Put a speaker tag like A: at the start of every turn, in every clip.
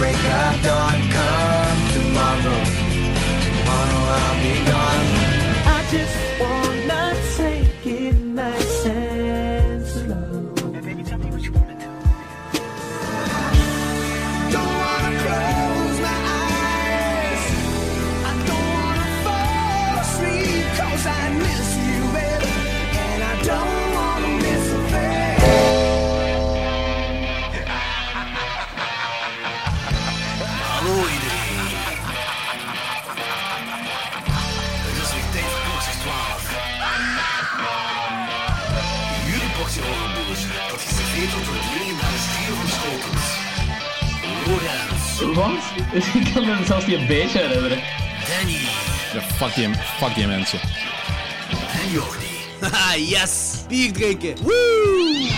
A: wake up, dawn come tomorrow. Tomorrow I'll be gone. I just wanna take it nice and slow. Don't wanna close my eyes. I don't wanna fall asleep 'cause I miss you, baby. And I don't wanna miss a thing.
B: Hallo iedereen. Het is weer tijd voor klokjes 12. Jullie portie horrorboers, dat geserveerd wordt door de jongen naar de stier van Schotens. Lorenz,
C: Wat? Ik kan me zelfs die een beetje herinneren.
B: Danny
D: Ja, fuck die, fuck die mensen.
B: en Jordi.
E: Haha, yes! Bier drinken! Woo!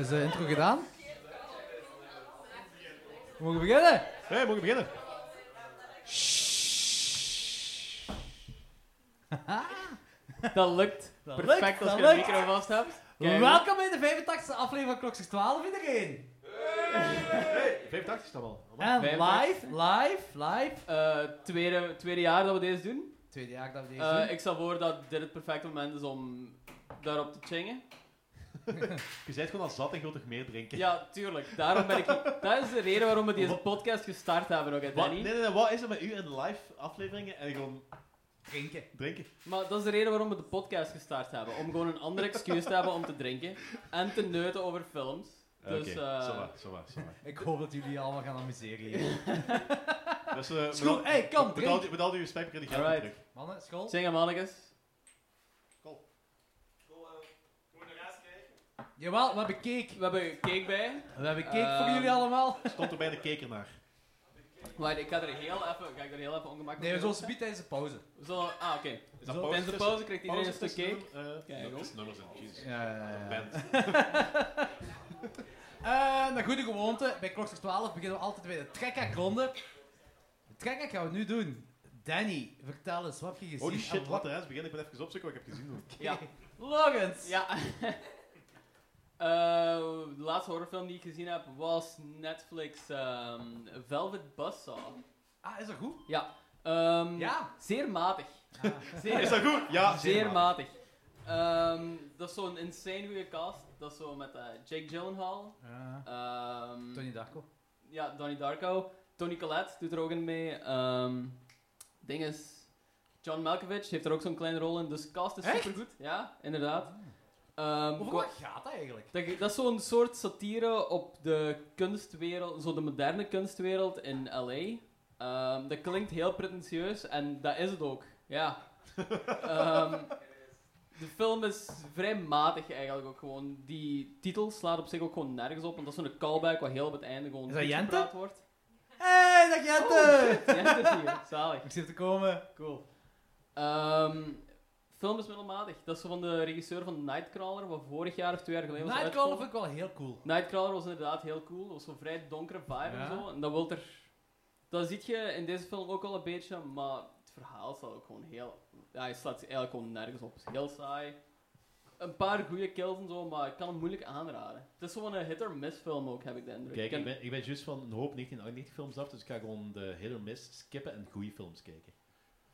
F: Is de intro gedaan? We mogen beginnen?
G: Hé, mogen we beginnen?
C: Dat lukt.
F: Perfect
C: Perfect
F: als
C: als
F: dat je de lukt.
C: je de micro vast hebt.
F: Welkom bij de 85e aflevering van Klokzicht 12, iedereen!
G: 85 is dat al.
F: En
C: 85e.
F: live, live, live. Eh,
C: Eh, tweede, tweede jaar dat we deze doen.
F: Tweede jaar dat we deze
C: Eh,
F: doen.
C: ik stel voor dat dit het perfecte moment is om daarop te chingen.
G: Je bent gewoon al zat en je wilt nog meer drinken.
C: Ja, tuurlijk. Daarom ben ik, dat is de reden waarom we deze
G: Wat?
C: podcast gestart hebben ook, hè,
G: Wat, nee,
C: Danny.
G: nee, nee, wat is er met u in de live afleveringen en gewoon
F: Drinken.
G: drinken?
C: Maar dat is de reden waarom we de podcast gestart hebben. Om gewoon een ander excuus te hebben om te drinken. En te neuten over films. Dus,
G: Oké,
C: eh,
G: zo maar, zo maar, zo maar.
F: Ik hoop dat jullie allemaal gaan amuseren hier.
G: Dus, eh,
F: School,
G: bedaal-
F: hey, kom,
G: bedaal-
F: drink.
G: Bedaal uw spijper in de
C: Alright.
G: geld
F: Mannen, school.
C: Zing hem, mannetjes.
F: Jawel, we hebben cake. Eh.
C: We hebben cake bij.
F: We hebben cake voor
C: Ehm,
F: jullie allemaal.
G: Stond er bij de keker naar.
C: Wacht, ik ga er heel even, ga ik er heel even
F: Nee,
C: ongemakkelijk
F: we
C: mee
F: zullen ze
C: doen?
F: tijdens de pauze.
C: Zo, ah, oké.
G: Is dat
F: Zo,
C: Tijdens de
G: tussen?
C: pauze krijgt iedereen een
G: Pauze
C: stuk
G: tussen?
C: cake.
G: Eh,
C: Kijk,
G: dat
C: hoor.
G: is nummers in, jezus.
F: Ja.
G: Band.
F: Eh naar goede gewoonte, bij klokslag 12 beginnen we altijd bij de trekkerronde. De trekker gaan we nu doen. Danny, vertel eens, wat heb je gezien?
G: Holy
F: en
G: shit, wat de rest begin. Ik ben even opzoeken wat ik heb gezien. hoor.
C: Ja.
F: Logans!
C: Ja. Eh, de laatste horrorfilm die ik gezien heb was Netflix ehm, Velvet Buzzsaw.
F: Ah, is dat goed?
C: Ja. Ehm,
F: Ja.
C: Zeer matig. Zeer,
G: Is dat goed? Ja,
C: zeer
G: maar.
C: matig. Ehm, dat is zo'n insane goede cast. Dat is zo met eh, Jake Gyllenhaal. ehm,
F: Tony Darko.
C: Ja, Donnie Darko. Tony Collette doet er ook in mee. Ehm ding is, John Malkovich heeft er ook zo'n kleine rol in. Dus de cast is
F: Echt?
C: supergoed. Ja, inderdaad. Ehm,
F: Over
C: qua-
F: wat gaat dat eigenlijk?
C: dat, dat is zo'n soort satire op de kunstwereld, zo de moderne kunstwereld in LA. Ehm, dat klinkt heel pretentieus en dat is het ook. Ja. Ehm, de film is vrij matig eigenlijk ook gewoon. Die titel slaat op zich ook gewoon nergens op, want dat is zo'n callback wat heel op het einde gewoon
F: Is dat
C: goed
F: Jente?
C: gepraat wordt.
F: Hey, dag Jette!
C: Jente is hier, zalig.
F: ik zit te komen.
C: Cool. Ehm, film is middelmatig. Dat is zo van de regisseur van Nightcrawler, wat vorig jaar of twee jaar geleden was
F: Nightcrawler
C: uitgekomen.
F: vind ik wel heel cool.
C: Nightcrawler was inderdaad heel cool. Dat was zo'n vrij donkere vibe
F: Ja.
C: en zo. En dat wilt er... Dat ziet je in deze film ook al een beetje, maar het verhaal staat ook gewoon heel... Ja, hij slaat eigenlijk gewoon nergens op. Het is heel saai. Een paar goede kills en zo, maar ik kan hem moeilijk aanraden. Het is zo'n eh, hit-or-miss film ook, heb ik de indruk.
G: Kijk,
C: Ik
G: ik
C: ken-
G: ben, ik ben juist van een hoop 1998 films af, dus ik ga gewoon de hit or miss skippen en goede films kijken.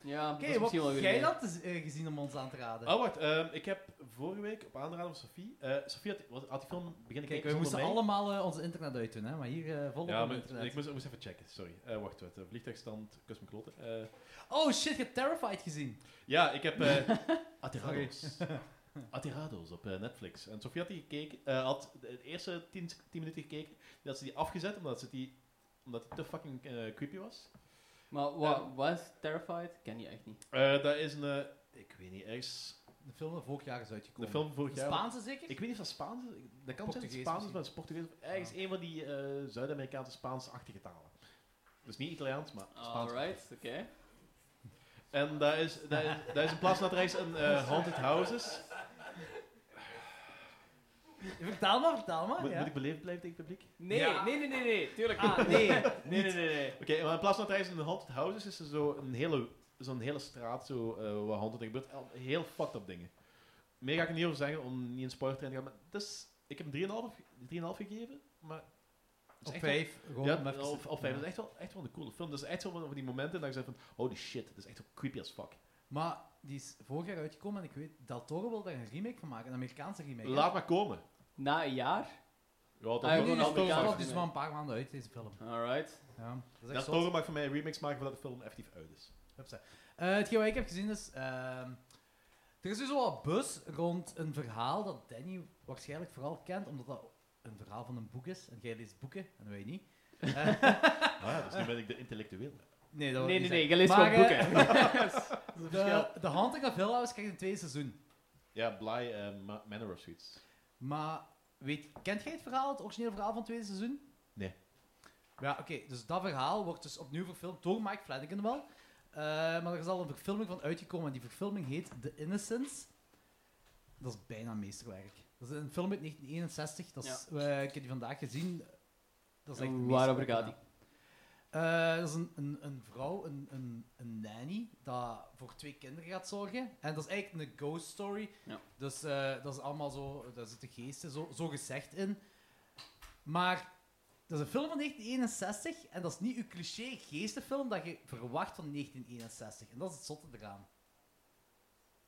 C: Ja,
F: Oké,
C: dat is
F: wat
C: misschien wel
F: heb
C: weer
F: jij
C: idee.
F: dat dus, eh, gezien om ons aan te raden?
G: Oh, wacht. ehm, ik heb vorige week op aanraden van Sophie... eh, Sophie had, was- had die film beginnen
F: Kijk,
G: kijken
F: we
G: zonder
F: moesten
G: mij.
F: allemaal eh, onze internet uit doen, hè? maar hier eh volop
G: Ja,
F: op
G: maar
F: internet.
G: ik moest, ik moest even checken. Sorry. Eh, wacht, wacht. eh, vliegtuigstand, kus mijn kloten. Eh,
F: Oh shit, je hebt Terrified gezien.
G: ja, ik heb... eh Atirados. Atirados op eh, Netflix. En Sophie had die gekeken... eh, had de de eerste 10 minuten gekeken. Die had ze die afgezet, omdat ze die... Omdat die te fucking eh, creepy was.
C: Maar wa- wat is Terrified? Ken je echt niet.
G: Eh, dat is een... eh, ik weet niet, ergens
F: De film vorig jaar is
G: De
F: uitgekomen.
G: film vorig
F: De
G: jaar.
F: Spaanse zeker?
G: Ik weet niet of dat Spaans is. Dat kan zijn dat het
F: Portugees
G: Spaans
F: misschien.
G: is,
F: Ah.
G: maar het is Portugees. Ergens een van die eh, Zuid-Amerikaanse Spaans-achtige talen. Dus niet Italiaans, maar Spaans.
C: Ah, Alright, oké.
G: En daar is, daar is, daar is in plaats van dat er is een eh, Haunted Houses.
F: Vertel maar, vertel maar.
G: Moet,
F: Ah, ja.
G: moet ik beleefd blijven tegen het publiek?
C: Nee,
F: Ja.
C: nee, nee, nee, nee, tuurlijk
F: Ah,
C: niet.
F: nee,
C: nee, nee, nee, nee.
G: Oké, maar in plaats van dat er is een Haunted Houses is er zo een hele, zo'n hele straat zo, eh waar haunted dingen gebeurt. Al- Heel fucked up dingen. Meer ga ik er niet over zeggen om niet in spoiler te gaan, maar het is, ik heb hem 3,5 3,5 gegeven, maar... het is
F: Op
G: echt wel-
F: vijf. Gewoon om
G: Ja,
F: even-
G: of, of vijf.
F: Ja.
G: Dat is echt wel, echt wel een coole film. Dat is echt zo van van die momenten dat ik zeg van, holy shit, dat is echt wel creepy as fuck.
F: Maar die is vorig jaar uitgekomen en ik weet, Del Toro wil daar een remake van maken, een Amerikaanse remake. hè?
G: Laat maar komen.
C: Na een jaar?
G: Ja, dat
C: Ah,
F: Ja, nu is
G: dat-
C: een
F: het
G: dat-
C: Amerikaanse
F: toch wel,
C: remake.
F: dus maar een paar maanden uit, deze film.
C: Alright.
F: Ja, dat is echt
G: dat
F: zot.
G: Toro mag voor mij een remix maken voordat de film effectief uit is.
F: Eh, hetgeen wat ik heb gezien is... ehm, er is dus wel wat bus rond een verhaal dat Danny waarschijnlijk vooral kent, omdat dat een verhaal van een boek is. En jij leest boeken, en wij niet. Eh,
G: Ah, dus nu ben ik de intellectueel.
F: nee, dat wil
C: Nee,
F: ik niet zeggen.
C: nee, nee, je leest
F: Maar,
C: gewoon
F: eh,
C: boeken.
F: De, de Haunting of Hill House krijgt een tweede seizoen.
G: Ja, Bly eh, Ma- Manor of Sweets.
F: Maar weet, kent jij het verhaal, het originele verhaal van het tweede seizoen?
G: Nee.
F: Ja, oké. dus dat verhaal wordt dus opnieuw verfilmd door Mike Flanagan wel. Eh, maar er is al een verfilming van uitgekomen. En die verfilming heet The Innocence. Dat is bijna meesterwerk. Dat is een film uit 1961. Dat is, eh, ik heb die vandaag gezien. Dat is echt
C: En
F: een
C: waarover
F: meesterwerk
C: gaat die?
F: gedaan. Eh, dat is een, een, een vrouw, een, een, een nanny, dat voor twee kinderen gaat zorgen. En dat is eigenlijk een ghost story.
C: Ja.
F: Dus eh, dat is allemaal zo, daar zitten geesten zo, zo gezegd in. Maar dat is een film van 1961 en dat is niet uw cliché geestenfilm dat je verwacht van 1961. En dat is het zotte eraan.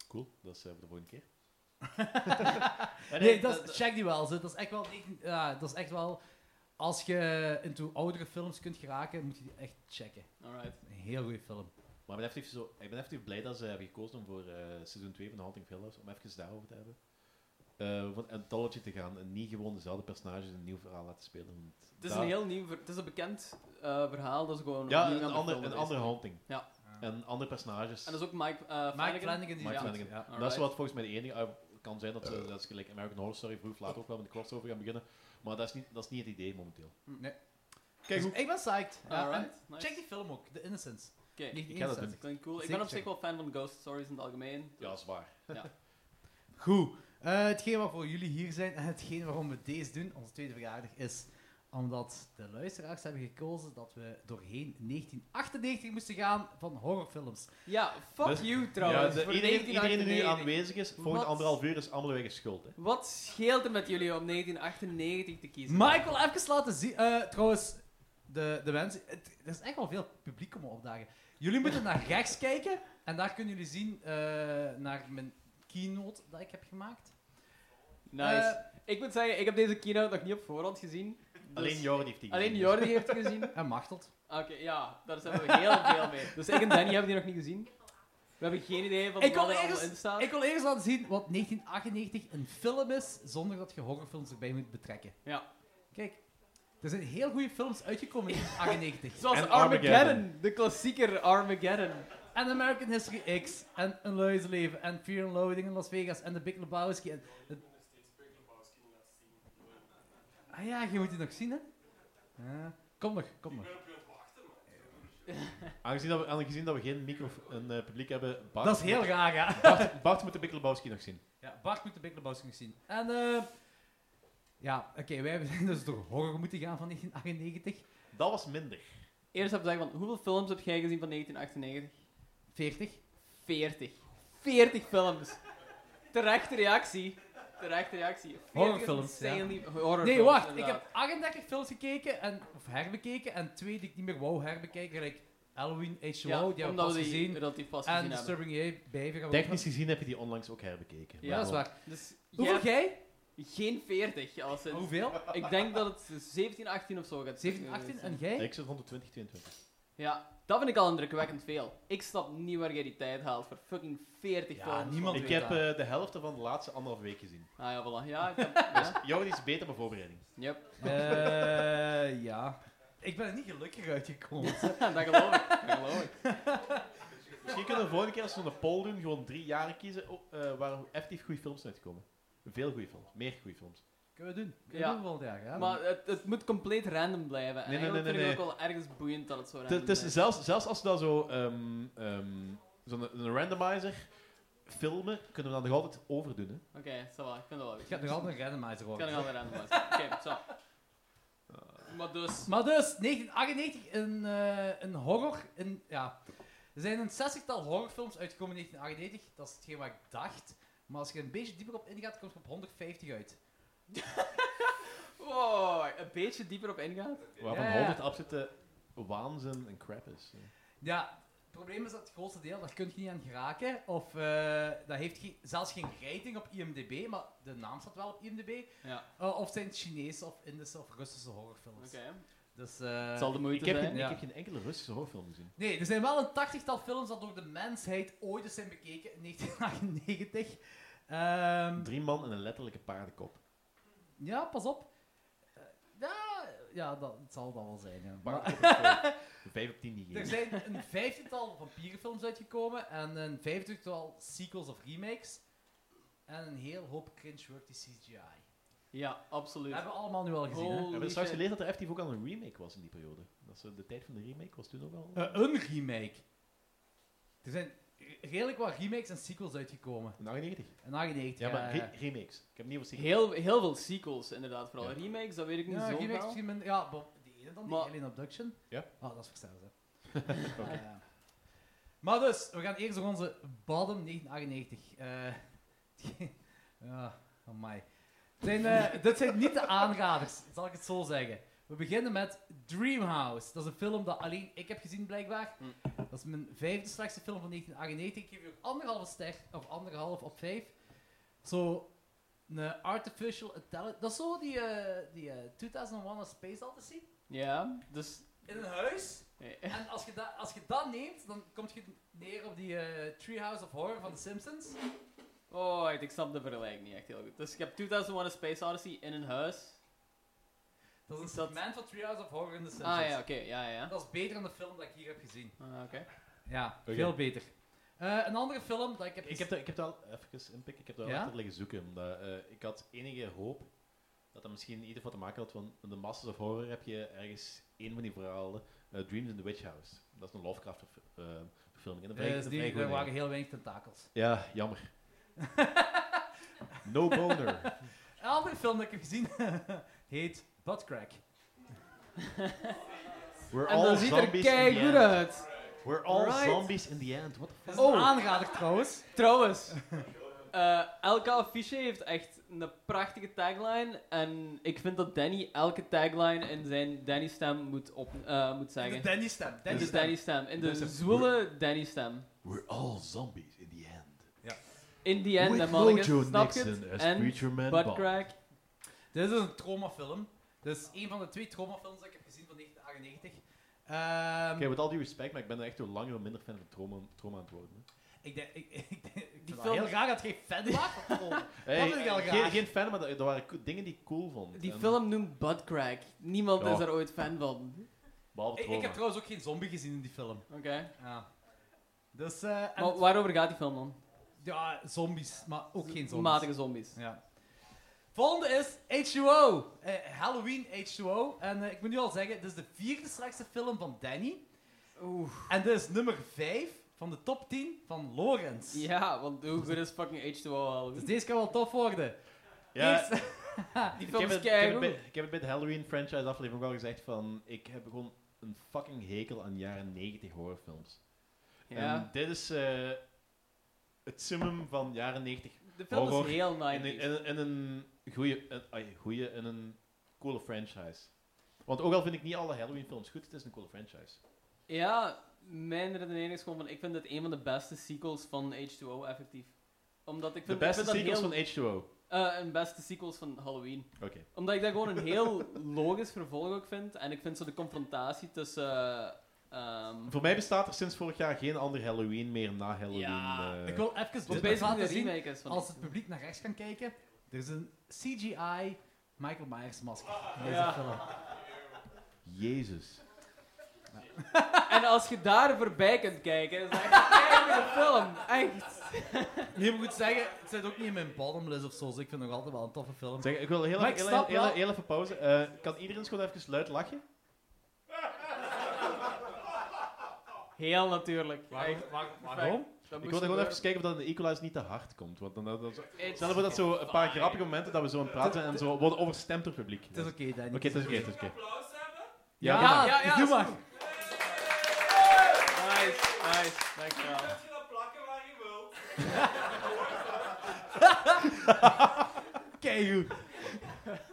G: Cool, dat is eh, voor de volgende keer.
F: Nee, dat is, check die wel. ze. Dat is echt wel. 19 Ja, dat is echt wel. Als je into oudere films kunt geraken, moet je die echt checken.
C: Alright.
F: Een heel goede film.
G: Maar ik ben effectief, zo, ik ben effectief blij dat ze hebben gekozen om voor eh, seizoen 2 van The Haunting Hill House, om even daarover te hebben. Eh van anthology te gaan en niet gewoon dezelfde personages in een nieuw verhaal laten spelen. want
C: Het is
G: daar-
C: een heel nieuw, ver- het is een bekend eh, verhaal, dat is gewoon
G: Ja,
C: opnieuw
G: een,
C: aan de
G: ander,
C: film
G: een
C: is.
G: andere haunting.
C: Ja.
G: En andere personages.
C: En dat is ook Mike eh
F: Mike
C: Flanagan.
F: Flanagan die
G: Mike
C: Ja.
G: Flanagan.
F: Ja.
G: Dat is
C: Alright.
G: wat volgens mij de enige uit- kan zijn dat ze, dat is gelijk American Horror Story vroeg of laat ook wel met de crossover gaan beginnen. Maar dat is niet, dat is niet het idee momenteel.
F: Kijk, ik ben psyched. Ja, en
C: Alright, nice.
F: Check die film ook, The Innocence.
C: Oké,
G: Ik ga dat doen.
F: 1961.
C: klinkt cool. Ik
F: Zeker
C: ben op zich
F: checken.
C: wel fan van ghost stories in het algemeen.
G: Ja, zwaar.
F: Goed. Eh, hetgeen waarvoor jullie hier zijn en hetgeen waarom we deze doen, onze tweede verjaardag, is omdat de luisteraars hebben gekozen dat we doorheen 1998 moesten gaan van horrorfilms.
C: Ja, fuck
G: Dus-
C: you
G: Ja,
C: trouwens.
G: de-
C: voor
G: iedereen, iedereen die nu
C: 1998.
G: aanwezig is, volgende
C: Wat?
G: anderhalf uur is allemaal weg schuld. Hè.
C: Wat scheelt er met jullie om 1998 te kiezen?
F: Michael, even laten zien. Eh, trouwens, de, de mensen, het- er is echt wel veel publiek komen opdagen. Jullie moeten naar rechts kijken en daar kunnen jullie zien eh, naar mijn keynote dat ik heb gemaakt.
C: Nice.
G: eh,
C: ik moet zeggen, ik heb deze keynote nog niet op voorhand gezien. dus-
G: Alleen Jordi heeft die
C: alleen
G: gezien.
C: Jordi heeft het gezien.
F: En Machtelt.
C: Oké, ja, daar zijn we heel veel mee. Dus ik en Danny hebben die nog niet gezien. We hebben geen idee van
F: Ik
C: wat
F: wil,
C: er allemaal
F: eerst,
C: in staat.
F: ik wil eerst laten zien wat 1998 een film is, zonder dat je horrorfilms erbij moet betrekken.
C: Ja.
F: Kijk, er zijn heel goede films uitgekomen in 1998.
C: Zoals
G: En
C: Armageddon.
G: Armageddon.
C: de klassieker Armageddon.
F: En American History X, en Een Luizenleven, en Fear and Loathing in Las Vegas, en The Big Lebowski. En, en- Ah ja, je moet die nog zien, hè? Ja. Kom nog, kom nog.
G: Aangezien dat we, aangezien dat we geen micro een, eh, publiek hebben, Bart,
F: Dat is heel
G: moet,
F: raar, hè?
G: Bart, Bart moet de Big Lebowski nog zien.
F: Ja, Bart moet de Big Lebowski nog zien. En eh, ja, oké, wij hebben dus door horror moeten gaan van 1998.
G: Dat was minder.
C: Eerst even zeggen, van, hoeveel films heb jij gezien van 1998?
F: 40.
C: 40. 40 films. Terechte reactie. Terechte reactie. 40 is
F: Horrorfilms, ja.
C: insanely- horrorfilms,
F: Nee, wacht, ik
C: inderdaad.
F: heb 38 films gekeken, en, of herbekeken, en twee die ik niet meer wou herbekeken, gelijk Halloween, H2O,
C: Ja,
F: die hebben we
C: omdat
F: pas
C: we die
F: gezien.
C: relatief pas
F: En
C: gezien hebben.
F: Disturbing Ape, Bever. hebben we ook nog-
G: Technisch gezien heb je die onlangs ook herbekeken.
C: Ja,
F: Ja, dat is waar.
C: Dus jij
F: Hoeveel
C: hebt
F: jij?
C: geen 40. Als het,
F: Hoeveel?
C: ik denk dat het 17, 18 of zo gaat.
F: 17,
C: eh,
F: 18
C: zijn.
F: en jij?
G: Ik zit rond de 20, 22.
C: Ja, dat vind ik al indrukwekkend veel. Ik snap niet waar jij die tijd haalt voor fucking 40
F: Ja,
C: films.
F: niemand
G: Ik
F: weet
G: heb
F: dat.
G: eh, de helft van de laatste anderhalf week gezien.
C: Ah ja, voilà. Ja, ik heb... ja.
G: Jordi is beter bij voorbereiding.
C: Yep.
F: Eh, ja. Ik ben er niet gelukkig uitgekomen.
C: dat geloof ik. Dat geloof ik.
G: Misschien kunnen we de volgende keer als we een poll doen, gewoon drie jaren kiezen oh, eh, waar effectief goede films uitkomen. Veel goede films, meer goede films.
F: Kunnen we doen. Kunnen
C: Ja.
F: we doen volgend jaar. Ja?
C: Maar het, het moet compleet random blijven. En
G: Nee, nee,
C: eigenlijk
G: nee,
C: vind
G: nee,
C: ik ook wel ergens boeiend dat het zo
G: Het-
C: random
G: Het is
C: blijft.
G: zelfs, zelfs als we dan zo, ehm, ehm, zo'n een randomizer filmen, kunnen we dan nog altijd overdoen. Hè?
C: Oké, ça va, ik vind dat wel
F: Ik ga nog altijd een randomizer
C: Ik kan
F: worden.
C: nog altijd random maken. Oké, zo. Maar dus...
F: Maar dus, 1998, een, eh, een horror. Een, ja. Er zijn een zestigtal horrorfilms uitgekomen in 1998. Dat is hetgeen wat ik dacht. Maar als je er een beetje dieper op ingaat, komt er op 150 uit.
C: Wow, een beetje dieper op ingaan.
G: Waarvan
F: Ja, ja.
G: 100 absolute waanzin en crap is. hè.
F: Ja, het probleem is dat het grootste deel, daar kun je niet aan geraken. Of eh, dat heeft geen- zelfs geen rating op IMDb, maar de naam staat wel op IMDb.
C: Ja,
F: Eh, of het zijn Chinese of Indische of Russische horrorfilms.
C: oké.
F: Dus, eh,
C: Het zal de
G: Ik
C: moeite
G: heb,
C: zijn.
G: geen,
F: Ja.
G: ik heb geen enkele Russische horrorfilm gezien.
F: Nee, er zijn wel een tachtigtal films dat door de mensheid ooit eens zijn bekeken in 1998. Ehm,
G: Drie man en een letterlijke paardenkop.
F: ja, pas op. Eh, ja, ja dat het zal dat wel zijn. Ja. Maar-
G: Paardenkop heb ik, eh, Vijf op tien niet
F: er
G: gezien.
F: zijn een vijftigtal vampierenfilms uitgekomen en een vijftigtal sequels of remakes. En een heel hoop cringe-worthy CGI.
C: Ja, absoluut.
F: Dat hebben we allemaal nu al gezien, hè?
G: We
C: Holy
G: hebben straks
C: shit.
G: geleerd dat er effectief ook al een remake was in die periode. Dat ze de tijd van de remake was toen ook al.
F: Eh, een remake. Er zijn redelijk wat remakes en sequels uitgekomen.
G: In 98.
F: En 98
G: Ja, maar
F: eh,
G: re- remakes. Ik heb niet over sequels.
C: Heel, heel veel sequels, inderdaad. Vooral
G: Ja.
C: remakes, dat weet ik niet
F: Ja,
C: zo
F: Remix
C: wel.
F: misschien minder- Ja, bo- die ene dan, die
C: Maar-
F: Alien Abduction.
G: Ja.
F: Oh, dat is versteld, hè. Eh, maar dus, we gaan eerst nog onze bottom 1998. Eh ja, amai. Het Zijn, eh, dit zijn niet de aanraders, zal ik het zo zeggen. We beginnen met Dreamhouse. Dat is een film dat alleen ik heb gezien, blijkbaar.
C: Hm.
F: Dat is mijn vijfde slechtste film van 1998. Ik geef je anderhalve ster, of anderhalf op vijf. Zo, een artificial intelligence. Dat is zo die, eh, die eh, 2001 A Space Odyssey.
C: Ja, dus...
F: In een huis.
C: Nee.
F: En als je, da- als je dat neemt, dan kom je neer op die eh, Treehouse of Horror van The Simpsons.
C: Oh, ik snap de vergelijking niet echt heel goed. Dus ik heb 2001 A Space Odyssey in een huis.
F: Dat is een
C: Dat-
F: segment van Treehouse of Horror in The Simpsons.
C: Ah ja, oké, ja, ja.
F: Dat is beter dan de film dat ik hier heb gezien.
C: Ah, oké.
F: Ja,
G: Oké.
F: veel beter. Eh, een andere film dat ik heb
G: Ik heb, dat, ik heb dat al even inpikken. Ik heb dat
F: Ja?
G: wel achter liggen zoeken. Omdat, eh, ik had enige hoop dat dat misschien in ieder geval te maken had van in de Masters of Horror heb je ergens één van die verhalen. eh, Dreams in the Witch House. Dat is een Lovecraft eh, verfilming. En dat
F: Eh,
G: vind ik-
F: is
G: dat
F: die,
G: vind ik
F: er
G: gewoon
F: waren
G: leuk.
F: heel weinig tentakels.
G: Ja, jammer. no boner.
F: Een andere film dat ik heb gezien heet Buttcrack.
G: We're
C: En
G: all
C: dat ziet er
G: zombies in the
C: keigoed
G: end.
C: uit.
G: We're all
C: Right. Oh.
G: zombies in the end. What the
F: Dat
G: fuck?
F: is een aanrader trouwens.
C: Trouwens, eh, elke affiche heeft echt een prachtige tagline. En ik vind dat Danny elke tagline in zijn Danny-stem moet, op, eh, moet zeggen.
F: De Danny stem.
C: In
F: Danny
C: de
F: stem.
C: Danny-stem. In de
G: Dus een-
C: zwoele Danny-stem.
G: We're all zombies in the end.
C: In die end,
G: With
C: en mannetjes,
G: Mojo
C: snap je
G: Nixon
C: het?
G: as
C: En
G: Preacher Man Bob.
C: Buttcrack.
F: Dit is een traumafilm. Dit is een van de twee traumafilms dat ik heb gezien van 1998. Ehm,
G: Oké, met al die respect, maar ik ben er echt door langer of minder fan van trauma, trauma aan het worden. hè.
F: Ik denk, ik, ik, denk- ik vind
C: Die
F: het
C: film-
F: heel graag dat geen fan maakt van trauma.
G: Hey,
F: vind ik al
G: geen,
F: graag.
G: geen fan, maar dat- er waren co- dingen die ik cool vond.
C: Die
G: En-
C: film noemt Buttcrack. Niemand
G: Ja.
C: is daar ooit fan van.
G: Behalve
F: ik, ik
G: trauma.
F: heb trouwens ook geen zombie gezien in die film.
C: Oké.
F: Ja. Dus, eh, en
C: Maar
F: het-
C: waarover gaat die film dan?
F: ja, zombies, maar ook geen zombies.
C: Matige zombies.
F: Ja. Volgende is H2O. Eh, Halloween H2O. En eh, ik moet nu al zeggen, dit is de vierde slechtste film van Danny.
C: Oeh.
F: En dit is nummer 5 van de top 10 van Lorenz.
C: Ja, want hoe goed is fucking H2O al?
F: Dus deze kan wel tof worden.
G: Ja,
F: Eerst-
C: Die
G: ik,
C: film
G: heb
C: is
G: het, ik, heb het bij,
C: keigoed.
G: ik heb het bij de Halloween franchise aflevering ook al gezegd van... Ik heb gewoon een fucking hekel aan jaren 90 horrorfilms. En
C: Ja.
G: dit is eh, het summum van jaren 90
C: De film
G: horror
C: is heel
G: En een,
C: 90s.
G: en een, en een goede, en, ai, goeie en een coole franchise. Want ook al vind ik niet alle Halloween-films goed, het is een coole franchise.
C: Ja, mijn redenering is gewoon van, ik vind dit een van de beste sequels van H2O, effectief. Omdat ik
G: De
C: vind,
G: beste
C: ik vind
G: sequels
C: dat
G: van
C: heel,
G: H2O.
C: eh, een beste sequels van Halloween.
G: Oké.
C: Omdat ik dat gewoon een heel logisch vervolg ook vind. En ik vind zo de confrontatie tussen... eh, ehm,
G: Voor mij bestaat er sinds vorig jaar geen ander Halloween meer na Halloween.
C: Ja,
G: eh.
F: ik wil even
C: wat
F: dit
C: bezig
F: laten
C: de
F: zien.
C: remake is van
F: Als het publiek naar rechts kan kijken, er is een CGI Michael Myers masker in deze
C: Ja.
F: film.
G: Jezus.
C: En als je daar voorbij kunt kijken, is dat echt een keigoede film. Echt.
F: Nee, maar ik moet zeggen, het zit ook niet in mijn bottomlist of zo, dus ik vind het nog altijd wel een toffe film.
G: Zeg, ik wil heel
F: Maar
G: even,
F: ik
G: heel,
F: snap
G: heel-
F: wel-
G: heel even pauze. Eh, kan iedereen eens gewoon even luid lachen?
C: Heel natuurlijk. Echt.
F: Waarom?
C: Dat
G: Ik
C: moest
G: wil gewoon
C: gebeuren.
G: even kijken of dat in de equalizer niet te hard komt. Want dan, dan, dan,
C: It's
G: stel voor dat zo een paar grappige momenten dat we zo aan het praten en zo worden overstemd door het publiek.
F: Het is
G: Oké,
F: oké, Danny.
G: het is oké, het is oké.
F: Ja,
G: doe maar.
C: Ja, ja,
F: doe
C: ja,
F: maar.
C: Nice, nice. Dankjewel.
F: Keigoed.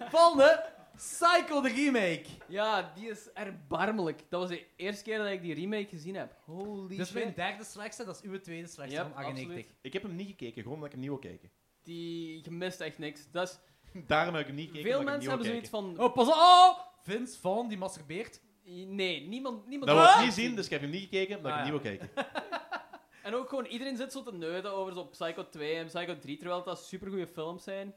F: Volgende, Psycho de remake.
C: Ja, die is erbarmelijk. Dat was de eerste keer dat ik die remake gezien heb. Dus Holy
F: Dit is mijn
C: shit.
F: Dus derde slechtste, dat is uw tweede slechtste
C: Yep,
F: van 98.
C: absoluut.
G: Ik heb hem niet gekeken, gewoon omdat ik hem niet wil kijken.
C: Die, je mist echt niks. Dat is,
G: Daarom heb ik hem niet gekeken.
C: veel
G: omdat ik
C: mensen
G: hem
C: hebben
G: niet
C: zoiets
G: wil
C: van...
F: Oh, pas op! Oh! Vince Vaughn, die masturbeert.
C: Nee, niemand... niemand Ah!
G: kijken. Dat wil ik niet zien, dus ik heb hem niet gekeken, omdat
F: Ah,
G: ik hem niet wil kijken.
C: En ook gewoon, iedereen zit zo te neuden over zo Psycho 2 en Psycho 3, terwijl dat supergoeie films zijn.